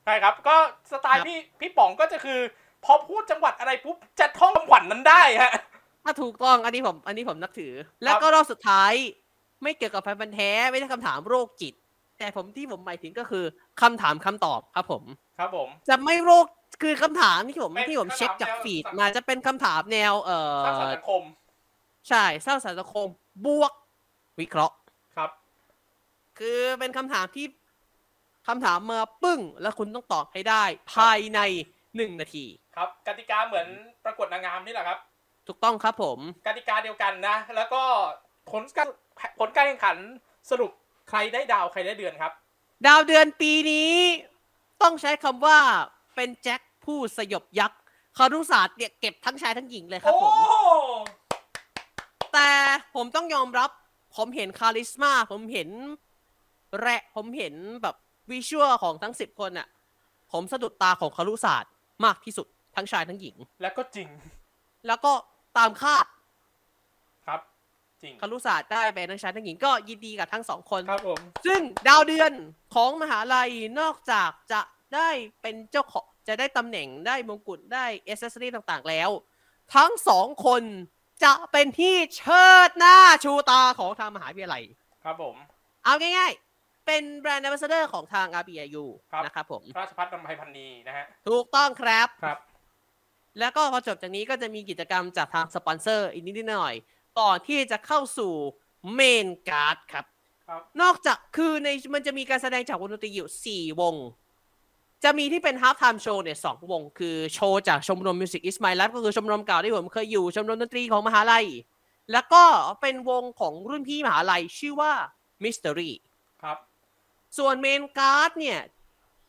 Speaker 3: ใช่ครับ ก็สไต
Speaker 2: ครั
Speaker 3: ล์
Speaker 2: บ
Speaker 3: พี่พี่ป๋องก็จะคือ พอพูดจังหวัดอะไรปุ๊บ จะท่องคำขวัญนนั้นได้ฮะ
Speaker 2: ถ้าถูกต้องอันนี้ผมอันนี้ผมนับถือ แล้วก็รอบสุดท้าย ไม่เกี่ยวกับแฟนพันธ์แท้ไม่ใช่คำถามโรคจิต แต่ผมที่ผมหมายถึงก็คือคำถามคำตอบครับผม
Speaker 3: ครับผม
Speaker 2: จะไม่โรคคือคำถามที่ผม
Speaker 3: ไม่
Speaker 2: ที่ผมเช็คจาก
Speaker 3: คำถามแนว
Speaker 2: ฟีดมาจะเป็นคำถามแนวเอ
Speaker 3: สร้างส
Speaker 2: อ
Speaker 3: รรค์สังคม
Speaker 2: ใช่สร้างสรรค์สังคมบวก วิเคราะห์
Speaker 3: ครับ
Speaker 2: คือเป็นคำถามที่คำถามมาปึ้ง แล้วคุณต้องตอบให้ได้ ภายในหนึ่งนาที
Speaker 3: ครับ กติกาเหมือนประกวดนางงามนี่แหละครับ
Speaker 2: ถูกต้องครับผม
Speaker 3: กติกาเดียวกันนะ แล้วก็ผลการผลการแข่งขันสรุปใครได้ดาวใครได้เดือนครับ
Speaker 2: ดาวเดือนปีนี้ต้องใช้คำว่าเป็นแจ็คผู้สยบยักษ์คารุศาสตร์เนี่ยเก็บทั้งชายทั้งหญิงเลยครับ
Speaker 3: โอ้
Speaker 2: ผม แต่ผมต้องยอมรับ ผมเห็นคาลิสมา ผมเห็นแระผมเห็นแบบวิชวลของทั้งสิบคนอะผมสะดุดตาของคารุศาสตร์มากที่สุดทั้งชายทั้งหญิง
Speaker 3: แล้วก็จริง
Speaker 2: แล้วก็ตามคาด
Speaker 3: ครับ จริง
Speaker 2: คารุศาสตร์ได้ไปทั้งชายทั้งหญิงก็ยินดีกับทั้งสองคน
Speaker 3: ครับผม
Speaker 2: ซึ่งดาวเดือนของมหาลัยนอกจากจะได้เป็นเจ้าของจะได้ตำแหน่งได้มงกุฎได้เอเซสซอรี่ต่างๆแล้ว ทั้งสองคนจะเป็นที่เชิดหน้าชูตาของทางมหาวิทยาลัย
Speaker 3: ครับผม
Speaker 2: เอาง่ายๆ เป็นแบรนด์ a อ b a s s เดอร์ของทาง RBIU
Speaker 3: ครับ
Speaker 2: นะครับผม
Speaker 3: ราชพัฒน์ลำไพพันนีนะฮะ
Speaker 2: ถูกต้องครับ
Speaker 3: ครับ
Speaker 2: แล้วก็พอจบจากนี้ก็จะมีกิจกรรมจากทางสปอนเซอร์อีกนิดๆหน่อยๆก่อนที่จะเข้าสู่เมนการ์ดครับ
Speaker 3: ครับ
Speaker 2: นอกจากคือในมันจะมีการแสดงจากวงดนตรีอยู่ 4 วง จะมีที่เป็นฮาร์ t ไทม์โชว์เนี่ยสองวง คือโชว์จากชมรมมิวสิกอิสไมล์ i f ฟก็คือชมรมเก่าที่ผมเคยอยู่ ชมรมดนตรีของมหาลัย แล้วก็เป็นวงของรุ่นพี่มหาลัยชื่อว่ามิส t ต r y
Speaker 3: ครับ
Speaker 2: ส่วนเมนการ์ดเนี่ย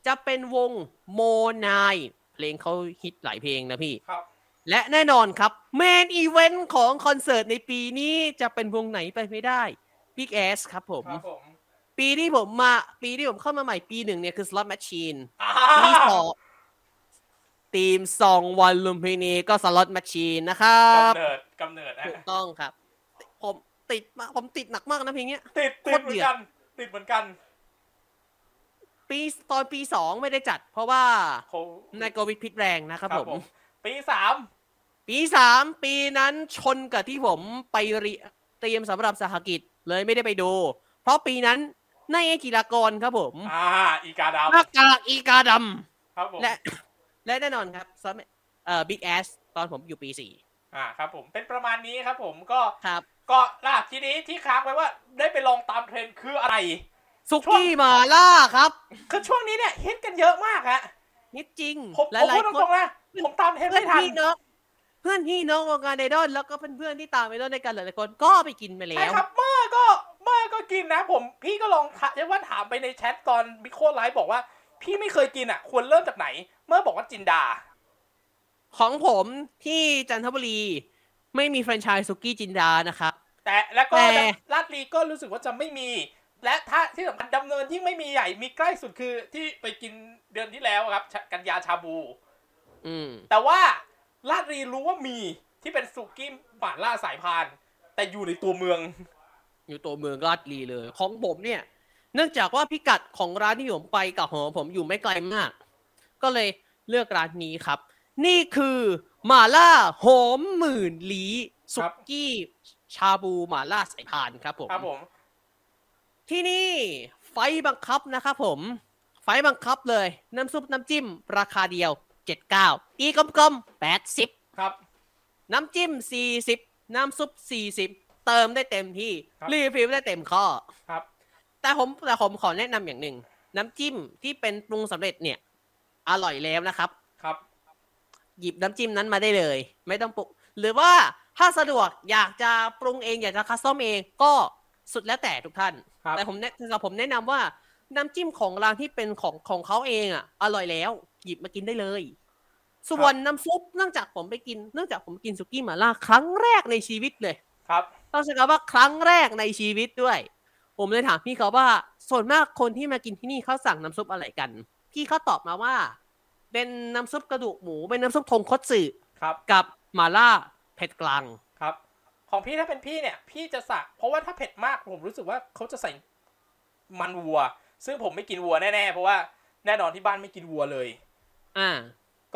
Speaker 2: จะเป็นวงโมนายเพลงเขาฮิตหลายเพลงนะพี่
Speaker 3: ครับ
Speaker 2: และแน่นอนครับเมนอีเวนต์ของคอนเสิร์ตในปีนี้จะเป็นวงไหนไปไม่ได้ Big Ass ครับผม
Speaker 3: ครับผม
Speaker 2: ปีที่ผมมาปีที่ผมเข้ามาใหม่ปีหนึ่งเนี่ยคือ Slot Machine
Speaker 3: อ่า
Speaker 2: ปีสองทีมสองวันลุมพินีก็ Slot Machine นะครับ
Speaker 3: กำเนิดกำเนิดนะ
Speaker 2: ถูกต้องครับ ผม ติดมากผมติดหนักมากนะเพลงเนี้ย
Speaker 3: ติดติดเหมือนกัน ติดเหมือนกัน
Speaker 2: ปีตอนปีสองไม่ได้จัด เพราะว่า
Speaker 3: เขา
Speaker 2: นายโควิดพิษแรงนะครับผม
Speaker 3: ปีสาม
Speaker 2: ปีสามปีนั้นชนกับที่ผมไปเรียเตรียมสำหรับสหกิจเลยไม่ได้ไปดู เพราะปีนั้นนายเอกิรากรครับผม
Speaker 3: อ่า อีกาด
Speaker 2: หน้ากากอีกาด
Speaker 3: ำครับผม
Speaker 2: ำและ และแน่นอนครับสำเอ่อบิ๊กแอสตอนผมอยู่ปีสี่
Speaker 3: อ่าครับผมเป็นประมาณนี้ครับผมก็
Speaker 2: ครับ
Speaker 3: ก็ล่ะทีนี้ที่ค้างไว้ว่าได้ไปลองตามเทรนด์คืออะไร
Speaker 2: สุกี้หมาล่าครับ
Speaker 3: คือช่วงนี้เนี่ยฮิตกันเยอะมากฮะ
Speaker 2: นี่จริง
Speaker 3: ผม
Speaker 2: ห
Speaker 3: ผม
Speaker 2: ลาย
Speaker 3: พู
Speaker 2: ๆค
Speaker 3: ด
Speaker 2: น
Speaker 3: ตรงๆนะผมตามเทรนด์
Speaker 2: เพื่อน
Speaker 3: ไม่ทัน
Speaker 2: พี่น้องเพื่อนพี่น้องวงการไอดอลแล้วก็เพื่อนๆที่ตามไอดอลด้วยกันหลายๆคนก็ไปกินไปแล้
Speaker 3: ใช่
Speaker 2: ว
Speaker 3: ครับเมื่อก็เมื่อก็กินนะ ผมพี่ก็ลองถามว่าถามไปในแชทตอนมิโคไลฟ์บอกว่า พี่ไม่เคยกินอ่ะ ควรเริ่มจากไหน เมื่อบอกว่าจินดา
Speaker 2: ของผมที่จันทบุรีไม่มีแฟรนไชส์สุกี้จินดานะครับ
Speaker 3: แต่แล้วก็
Speaker 2: แต่
Speaker 3: ลาดลีก็รู้สึกว่าจะไม่มี และถ้าที่สำคัญดำเนินยิ่งไม่มีใหญ่มีใกล้สุดคือที่ไปกินเดือนที่แล้วครับ กันยาชาบู
Speaker 2: อืม
Speaker 3: แต่ว่าลาดรีรู้ว่ามีที่เป็นสุกี้หม่าล่าสายพาน แต่อยู่ในตัวเมือง
Speaker 2: อยู่ตัวเมืองราชบุรีเลย ของผมเนี่ย เนื่องจากว่าพิกัดของร้านที่ผมไปกับหอผมอยู่ไม่ไกลมาก ก็เลยเลือกร้านนี้ครับ นี่คือหมาล่าหอมหมื่นหลีสุ
Speaker 3: ครับ
Speaker 2: กี้ชาบูหมาล่าสายพานครับผม
Speaker 3: ครับผม
Speaker 2: ที่นี่ไฟบังคับนะครับผม ไฟบังคับเลย น้ำซุปน้ำจิ้ม ราคาเดียว 79ตีกลมๆ80
Speaker 3: ครับ
Speaker 2: น้ำจิ้ม 40 น้ำซุป 40 เติมได้เต็มที่
Speaker 3: ครับ
Speaker 2: รีฟิลได้เต็มข้อ
Speaker 3: ครับ
Speaker 2: แต่ผมแต่ผมขอแนะนำอย่างหนึ่ง น้ำจิ้มที่เป็นปรุงสำเร็จเนี่ย อร่อยแล้วนะครับ
Speaker 3: ครับ
Speaker 2: หยิบน้ำจิ้มนั้นมาได้เลย ไม่ต้องปรุงหรือว่าถ้าสะดวกอยากจะปรุงเองอยากจะคัสตอมเองก็สุดแล้วแต่ทุกท่าน
Speaker 3: ครับ
Speaker 2: แต่ผมแนะสำหรับผมแนะนำว่าน้ำจิ้มของร้านที่เป็นของของเขาเองอ่ะ อร่อยแล้ว หยิบมากินได้เลย ส่วนน้ำซุปเนื่องจากผมไปกินเนื่องจากผมกินสุกี้หมาล่าครั้งแรกในชีวิตเลย
Speaker 3: ครับ
Speaker 2: ต้องใช้คำว่าครั้งแรกในชีวิตด้วย ผมเลยถามพี่เขาว่า ส่วนมากคนที่มากินที่นี่เขาสั่งน้ำซุปอะไรกัน พี่เขาตอบมาว่า เป็นน้ำซุปกระดูกหมู เป็นน้ำซุปทงคตสึ
Speaker 3: ครับ
Speaker 2: กับหมาล่าเผ็ดกลาง
Speaker 3: ครับ ของพี่ถ้าเป็นพี่เนี่ย พี่จะสักเพราะว่าถ้าเผ็ดมากผมรู้สึกว่าเขาจะใส่มันวัว ซึ่งผมไม่กินวัวแน่ๆ เพราะว่าแน่นอนที่บ้านไม่กินวัวเลย
Speaker 2: อ่า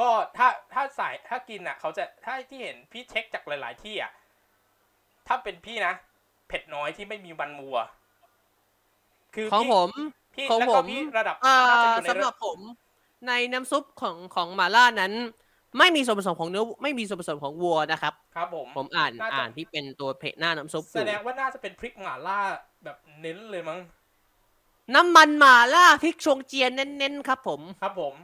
Speaker 3: ก็ถ้าถ้าสายถ้ากินอ่ะ เขาจะถ้าที่เห็นพี่เช็คจากหลาย ๆ ที่อ่ะ ถ้าเป็นพี่นะ เผ็ดน้อยที่ไม่มีมันวัว คือ
Speaker 2: ของ
Speaker 3: พี่
Speaker 2: ผม
Speaker 3: พี่
Speaker 2: ของ
Speaker 3: แล้วก็
Speaker 2: ผม
Speaker 3: พี่ระดับ
Speaker 2: อ่า
Speaker 3: น่าจะอยู่ใน
Speaker 2: สำหรั
Speaker 3: ระ
Speaker 2: บผม ในน้ำซุปของของหมาล่านั้น ไม่มีส่วนผสมของเนื้อไม่มีส่วนผสมของวัวนะครับ
Speaker 3: ครับผม
Speaker 2: ผมอ่าน
Speaker 3: น่าจะ
Speaker 2: อ่านที่เป็นตัวเผ็ดหน้าน้ำซุปอ
Speaker 3: แส
Speaker 2: ยู่
Speaker 3: ดงว่าน่าจะเป็นพริกหม่าล่าแบบเน้นเลยมั้ง
Speaker 2: น้ำมันหมาล่าพริกชงเจียนเน้นๆครับผม
Speaker 3: ครับผม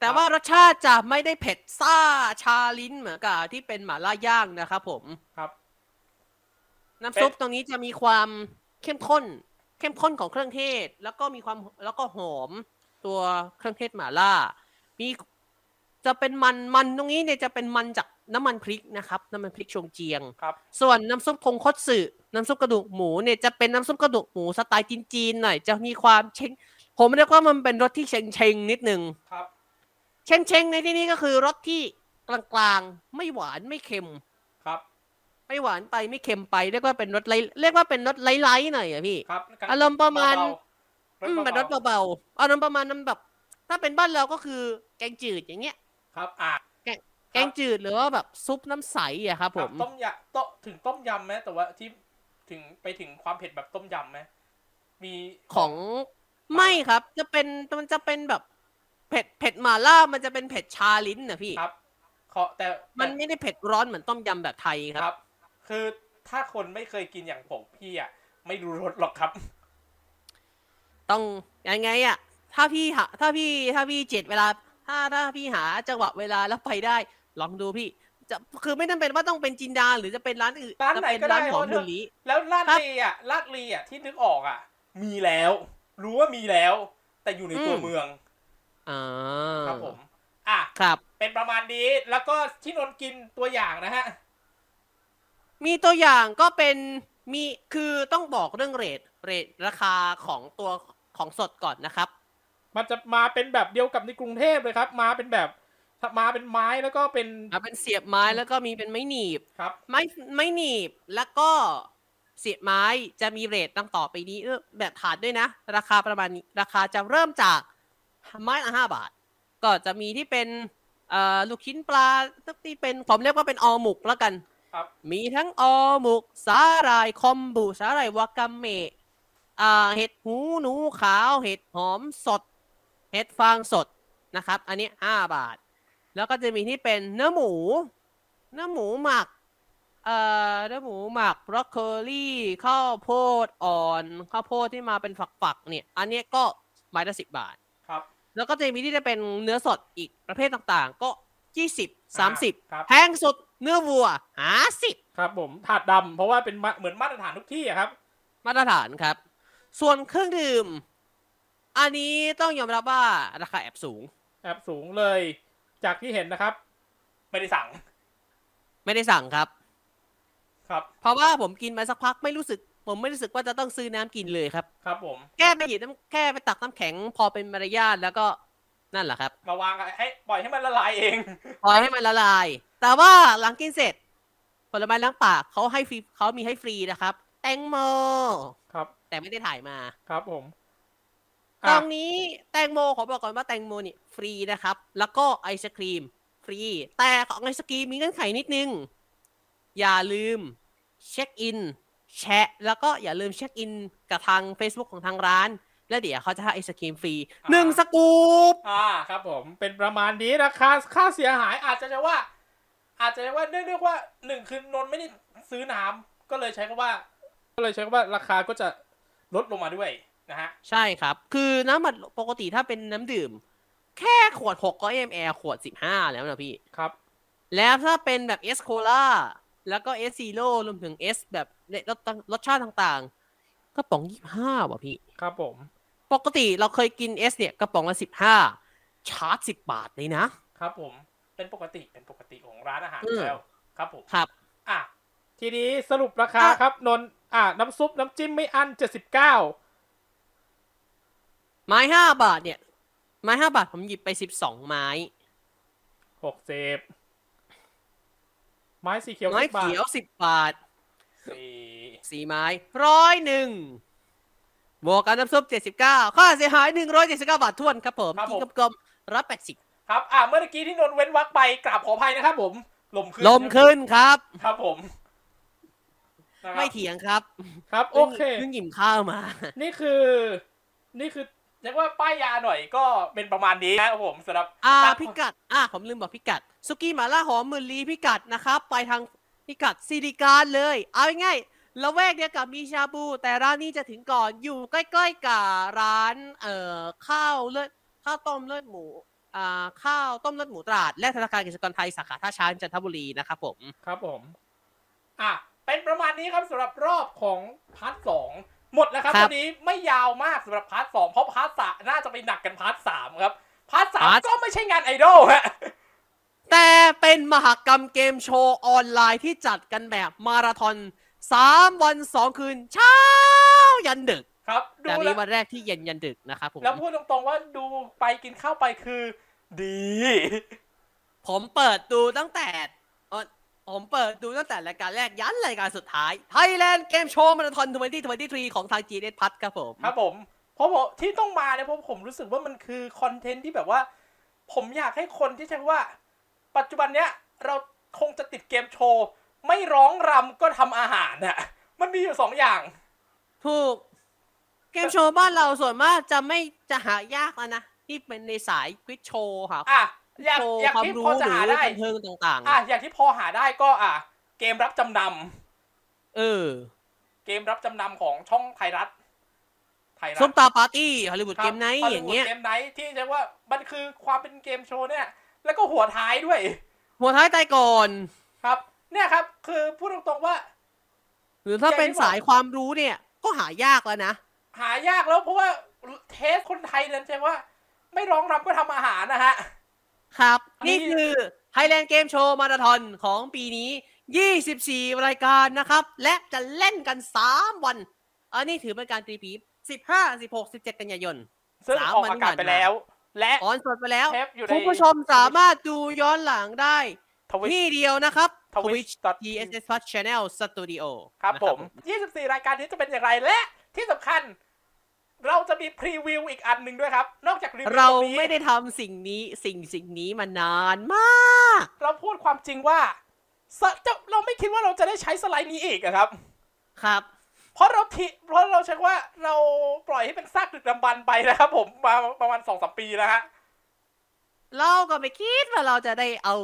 Speaker 2: แต่ว่ารสชาติจะไม่ได้เผ็ดซ่าชาลิ้นเหมือนกับที่เป็นหม่าล่าย่างนะครับผม
Speaker 3: ครับ
Speaker 2: น้ำซุปตรงนี้จะมีความเข้มข้น เข้มข้นของเครื่องเทศ แล้วก็มีความแล้วก็หอมตัวเครื่องเทศหม่าล่า มีจะเป็นมันมันตรงนี้เนี่ยจะเป็นมันจากน้ำมันพริกนะครับ น้ำมันพริกชงเจียง
Speaker 3: ครับ
Speaker 2: ส่วนน้ำซุปคงคตสึน้ำซุปกระดูกหมูเนี่ยจะเป็นน้ำซุปกระดูกหมูสไตล์จีนๆหน่อย จะมีความเชงผมเรียกว่ามันเป็นรสที่เชงเชงๆนิดนึง
Speaker 3: ครับ
Speaker 2: เชงเชงๆในที่นี้ก็คือรสที่กลางๆ ไม่หวานไม่เค็ม
Speaker 3: ครับ
Speaker 2: ไม่หวานไปไม่เค็มไป เรียกว่าเป็นรสไลท์เรียกว่าเป็นรสไลท์ๆหน่อยอะพี่
Speaker 3: ครับ
Speaker 2: อารมณ์ประมาณ
Speaker 3: เบๆ
Speaker 2: อืมเป็นร
Speaker 3: เบา
Speaker 2: สเบาๆอารมณ์ประมาณนั้นแบบ ถ้าเป็นบ้านเราก็คือแกงจืดอย่างเงี้ย
Speaker 3: ๆครับ อ่ะ
Speaker 2: แกงจืดหรือว่าแบบซุปน้ำใสอะครับ
Speaker 3: ค
Speaker 2: ผ
Speaker 3: รับ
Speaker 2: ม
Speaker 3: ต้มยำโตะถึงต้มยำไหมแต่ว่าที่ถึงไปถึงความเผ็ดแบบต้มยำไหมมี
Speaker 2: ของไม่ครับ จะเป็นมันจะเป็นแบบเผ็ดเผ็ดหมาล่ามันจะเป็นเผ็ดชาลิ้นนะพี่
Speaker 3: ครับ ขอแต่
Speaker 2: มันไม่ได้เผ็ดร้อนเหมือนต้มยำแบบไทยค
Speaker 3: ครับ รับ คือถ้าคนไม่เคยกินอย่างผมพี่อ่ะ ไม่รู้รสหรอกครับ
Speaker 2: ต้องยังไงอะถ้าพี่หาถ้าพี่ถ้าพี่เจ็ดเวลา ถ้าถ้าพี่หาจังหวะเวลาแล้วไปได้ ลองดูพี่ จะคือไม่จำเป็นว่าต้องเป็นจินดาหรือจะเป็นร้านอื่น
Speaker 3: ร้านไหน
Speaker 2: จะเป็
Speaker 3: ก็ได้
Speaker 2: ร้านของ
Speaker 3: เพราะ
Speaker 2: มูลี
Speaker 3: แล้วลาดลีอ่ะลาดลีอ่ะที่นึกออกอ่ะ มีแล้ว รู้ว่ามีแล้ว แต่อยู่ในตัวเมือง
Speaker 2: อ่า
Speaker 3: ครับผม อ่ะ
Speaker 2: ครับ
Speaker 3: เป็นประมาณนี้ แล้วก็ที่นนท์กินตัวอย่างนะฮะ
Speaker 2: มีตัวอย่างก็เป็นมีคือต้องบอกเรื่องเรทเรทราคาของตัวของสดก่อนนะครับ
Speaker 3: มันจะมาเป็นแบบเดียวกับในกรุงเทพเลยครับ มาเป็นแบบ มาเป็นไม้แล้วก็เป็น
Speaker 2: อ่ะเป็นเสียบไม้แล้วก็มีเป็นไม้หนีบ
Speaker 3: ครับ
Speaker 2: ไม้ไม้หนีบแล้วก็เสียบไม้จะมีเรทตั้งต่อไปนี้เออแบบฐานด้วยนะ ราคาประมาณนี้ราคาจะเริ่มจากไม้ละห้าบาท ก็จะมีที่เป็นเอ่อลูกชิ้นปลาที่เป็นผมเรียกว่าเป็นออหมุกแล้วกัน
Speaker 3: ครับ
Speaker 2: มีทั้งออหมุกสาหร่ายคอมบุสาหร่ายวากาเมะอ่าเห็ดหูหนูขาวเห็ดหอมสด เห็ดฟางสดนะครับ อันนี้ห้าบาท แล้วก็จะมีที่เป็นเนื้อหมู เนื้อหมูหมัก เอ่อเนื้อหมูหมักบรอกโคลีข้าวโพดอ่อนข้าวโพดที่มาเป็นฝักๆเนี่ย อันเนี้ยก็ไม้ละสิบบาท
Speaker 3: ครับ
Speaker 2: แล้วก็จะมีที่จะเป็นเนื้อสดอีกประเภทต่างๆ ก็ยี่สิบสามสิบ
Speaker 3: ครับ
Speaker 2: แพงสุดเนื้อวัวหาสิบ
Speaker 3: ครับผมถาดดำเพราะว่าเป็นมาเหมือนมาตรฐานทุกที่อะครับ
Speaker 2: มาตรฐานครับ ส่วนเครื่องดื่ม อันนี้ต้องยอมรับว่าราคาแอบสูง
Speaker 3: แอบสูงเลย จากที่เห็นนะครับ ไม่ได้สั่ง
Speaker 2: ไม่ได้สั่งครับ
Speaker 3: ครับ
Speaker 2: เพราะว่าผมกินมาสักพักไม่รู้สึก ผมไม่รู้สึกว่าจะต้องซื้อน้ำกินเลยครับ
Speaker 3: ครับผม
Speaker 2: แก้ไปหยิบน้ำแก้ไปตักน้ำแข็งพอเป็นมารยาทแล้วก็นั่นแหละครับ
Speaker 3: มาวางให้ปล่อยให้มันละลายเอง
Speaker 2: ปล่อยให้มันละลาย แต่ว่าหลังกินเสร็จ ผลไม้ล้างปากเขาให้ฟรีเขามีให้ฟรีนะครับ แตงโม
Speaker 3: ครับ
Speaker 2: แต่ไม่ได้ถ่ายมา
Speaker 3: ครับผม
Speaker 2: ต
Speaker 3: อ่ะ
Speaker 2: รงนี้แตงโมขอบอกก่อนว่าแตงโมนี่ฟรีนะครับ แล้วก็ไอศครีมฟรี แต่ของไอศครีมมีเงื่อนไขนิดนึง อย่าลืมเช็คอินแชะแล้วก็อย่าลืมเช็คอินกับทาง Facebook ของทางร้าน แล้วเดี๋ยวเขาจะให้ไอศครีมฟรีหนึ่งสกู๊ป
Speaker 3: อ่าครับผมเป็นประมาณนี้นะคะค่าเสียหายอาจจะจะว่า อาจจะว่าเรียกเรียกว่าหนึ่งคือนนท์ไม่ได้ซื้อน้ำก็เลยใช้คำว่า ก็เลยใช้คำว่าราคาก็จะลดลงมาด้วยนะฮะ
Speaker 2: ใช่ครับ คือน้ำมันปกติถ้าเป็นน้ำดื่ม แค่ขวด6ก็ ml ขวด 15 แล้วนะพี่
Speaker 3: ครับ
Speaker 2: แล้วถ้าเป็นแบบเอสโคล่าแล้วก็เอสซีโร่รวมถึงเอสแบบรสรสชาติต่างๆ กระป๋อง 25 ว่ะพี่
Speaker 3: ครับผม
Speaker 2: ปกติเราเคยกินเอสเนี่ยกระป๋องละ 15 ชาร์จ 10 บาทเลยนะ
Speaker 3: ครับผมเป็นปกติเป็นปกติของร้านอาหาร
Speaker 2: อืม
Speaker 3: แล้วครับผม
Speaker 2: ครับ
Speaker 3: อ่ะ ทีนี้สรุปราคา
Speaker 2: อ่ะ
Speaker 3: ครับนนท์อ่ะ น้ำซุปน้ำจิ้มไม่อั้นเจ็ดสิบเก้า
Speaker 2: ไม้ 5 บาทเนี่ย ไม้ 5 บาทผมหยิบไป 12 ไม้
Speaker 3: หกสิบไม้สีเขียว
Speaker 2: ไม้
Speaker 3: สิบบาท
Speaker 2: เขียว 10 บาท
Speaker 3: สี่
Speaker 2: สี่ไม้ร้อยหนึ่งบวกกับน้ำซุป79 ค่าเสียหาย 179 บาททวนครับผมที่กลมๆรับ80
Speaker 3: ครับ อ่ะ เมื่อกี้ที่นนท์เว้นวักไปกราบขออภัยนะครับผม ลมขึ้น
Speaker 2: ลมขึ้นครับ
Speaker 3: ครับผมนะครับ
Speaker 2: ไม่เถียงครับ
Speaker 3: ครับ โอเค
Speaker 2: เพิ่งหยิมข้าวมา
Speaker 3: นี่คือ นี่คือเรียกว่าป้ายยาหน่อยก็เป็นประมาณนี้นะครับผมสำหรับ
Speaker 2: อ่า
Speaker 3: ตม
Speaker 2: พิกัด อ่าผมลืมบอกพิกัดสุกี้หมาล่าหอมหมืนลีพิกัดนะครับ ไปทางพิกัดซิริการดเลย เอาง่ายๆละแวกเดียวกับมีชาบู แต่ร้านนี้จะถึงก่อนอยู่ใกล้ๆกับร้านเอ่อข้าวเลือดข้าวต้มเลือดหมูอ่าข้าวต้มเลือดหมูตราด และธนาคารกสิกรไทยสาขาท่าช้างจันทบุรีนะครับผม
Speaker 3: ครับผม อ่ะ เป็นประมาณนี้ครับสำหรับรอบของพาร์ทสองหมดแล้วครับ
Speaker 2: ครับ
Speaker 3: วันนี้ไม่ยาวมากสำหรับพาร์ทสองเพราะพาร์ทสามน่าจะไปหนักกันพาร์ทสามครับ พาร์ทสามก็ไม่ใช่งานไอดอลฮะ
Speaker 2: แต่เป็นมหกรรมเกมโชว์ออนไลน์ที่จัดกันแบบมาราธอน3วัน 2 คืน เช้ายันดึก
Speaker 3: ครับ ดู
Speaker 2: แต่
Speaker 3: แล้
Speaker 2: มี
Speaker 3: ว
Speaker 2: วันแรกที่เย็นยันดึกนะครับผม
Speaker 3: แล้วพูดตรงๆว่าดูไปกินข้าวไปคือ ดี
Speaker 2: ผมเปิดดูตั้งแต่เอ่อผมเปิดดูตั้งแต่รายการแรกยันรายการสุดท้าย Thailand Game Show Marathon 2023 ของทาง g n s Plus ครับผม
Speaker 3: ครับผมเพราะผมที่ต้องมาเนี่ยเพราะผมรู้สึกว่ามันคือคอนเทนต์ที่แบบว่า ผมอยากให้คนที่ใช่ว่า ปัจจุบันเนี้ยเราคงจะติดเกมโชว์ ไม่ร้องรำก็ทำอาหารน่ะมันมีอยู่สองอย่าง
Speaker 2: ถูก เกมโชว์บ้านเราส่วนมากจะไม่จะหายากแล้วนะ ที่เป็นในสายควิดโชว์ค่ะ
Speaker 3: อ่ะอยาก
Speaker 2: โชว์
Speaker 3: อยาก
Speaker 2: ความ
Speaker 3: ที่
Speaker 2: รู้
Speaker 3: พอ
Speaker 2: ห
Speaker 3: จะ
Speaker 2: รือ
Speaker 3: หาได้
Speaker 2: บันเทิงต่าง
Speaker 3: อ่ะอยากที่พอหาได้ก็อ่ะ เกมรับจำน
Speaker 2: ๆ เออ
Speaker 3: ำเกมรับจำนำของช่องไทยรัฐ ไทยรัฐ
Speaker 2: ส้มตาปาร์ตี้ฮอลลีวูด
Speaker 3: ครับ
Speaker 2: เกมไนท์
Speaker 3: ฮล
Speaker 2: อ
Speaker 3: ลี
Speaker 2: ย่า
Speaker 3: วูด
Speaker 2: งเงี้ย
Speaker 3: เกมไนท์ที่เรียกว่ามันคือความเป็นเกมโชว์เนี่ย แล้วก็หัวท้ายด้วย
Speaker 2: หัวท้ายตายก่อน
Speaker 3: ครับ เนี่ยครับ คือพูดตรงๆว่า
Speaker 2: หรือถ้า
Speaker 3: อย่างที่
Speaker 2: เป็น
Speaker 3: บอก
Speaker 2: สายความรู้เนี่ย ก็หายากแล้วนะ
Speaker 3: หายากแล้วเพราะว่าเทสคนไทยนั้นใช่ว่า ไม่ร้องรำก็ทำอาหารนะฮะ
Speaker 2: ครับ
Speaker 3: อันนี้
Speaker 2: นี่คือ Thailand Game Show มาราธอนของปีนี้ 24 รายการนะครับ และจะเล่นกัน 3 วัน อันนี้ถือเป็นการตีปีบ15 16 17 กันยายน
Speaker 3: ซึ่ง
Speaker 2: สาม
Speaker 3: ออก
Speaker 2: วัน
Speaker 3: อากาศ
Speaker 2: ที่ผ่าน
Speaker 3: ไป
Speaker 2: มา
Speaker 3: แล้ว และ
Speaker 2: ออนสดไปแล้ว
Speaker 3: เทปอยู่ใน
Speaker 2: คุณผู้ชมสามารถดูย้อนหลังได้
Speaker 3: Twitch
Speaker 2: ที่เดียวนะครับ
Speaker 3: Twitch
Speaker 2: TSS Plus Channel Studio
Speaker 3: ครับ
Speaker 2: นะ
Speaker 3: ผม 24 รายการนี้จะเป็นอย่างไรและที่สำคัญ เราจะมีพรีวิวอีกอันหนึ่งด้วยครับ นอกจากรีวิว
Speaker 2: เรา
Speaker 3: ตงนี้
Speaker 2: ไม่ได้ทำสิ่งนี้สิ่งสิ่งนี้มานานมาก
Speaker 3: เราพูดความจริงว่าสะจะเราไม่คิดว่าเราจะได้ใช้สไลด์นี้อีกอะครับ
Speaker 2: ครับ
Speaker 3: เพราะเราทิเพราะเราใช้ว่าเราปล่อยให้เป็นซากดึกดำบรรพ์ไปนะครับผมมาประมาณสองสามปีนะฮะ
Speaker 2: เราก็ไม่คิดว่าเราจะได้เอา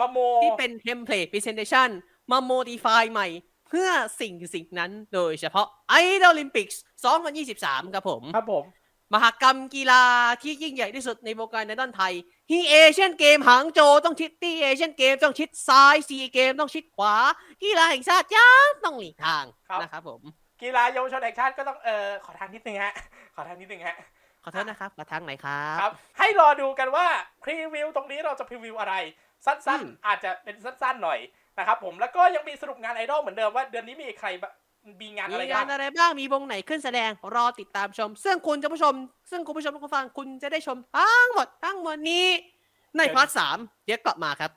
Speaker 3: มาโม
Speaker 2: ที่เป็นเทมเพลต Presentation มา modify ใหม่ เพื่อสิ่งสิ่งนั้นโดยเฉพาะ Idol Olympics 2023 ครับผม
Speaker 3: ครับผม
Speaker 2: มหกรรมกีฬาที่ยิ่งใหญ่ที่สุดในวงการในด้านไทยที่เอเชียนเกมหางโจวต้องชิดที่เอเชียนเกมต้องชิดซ้ายซีเกมต้องชิดขวา กีฬาแห่งชาติจ้าต้องหลีกทาง
Speaker 3: ครับ
Speaker 2: นะครับผม
Speaker 3: กีฬาเยาวชนแห่งชาติก็ต้องเออขอทางนิดนึงฮะ ขอทางนิดนึงฮะ
Speaker 2: ขอโทษนะครับกระทั่งไหนอยครั
Speaker 3: ครับ บ ให้รอดูกันว่าพรีวิวตรงนี้เราจะพรีวิวอะไร สั้น
Speaker 2: อืม
Speaker 3: ๆ อาจจะเป็นสั้นๆหน่อยนะครับผมแล้วก็ยังมีสรุปงานไอดอลเหมือนเดิมว่าเดือนนี้มีใครบ้างมีงานอะไรบ้า
Speaker 2: มีา
Speaker 3: ง
Speaker 2: ง นอะไรบ้างมีวงไหนขึ้นแสดงรอติดตามชม ซึ่งคุณจะผู้ชม ซึ่งคุณผู้ชมและคุณผู้ฟังคุณจะได้ชมทั้งหมดทั้งหมดนี้ ในพาร์ทสามเดี๋ยวกลับมาครับ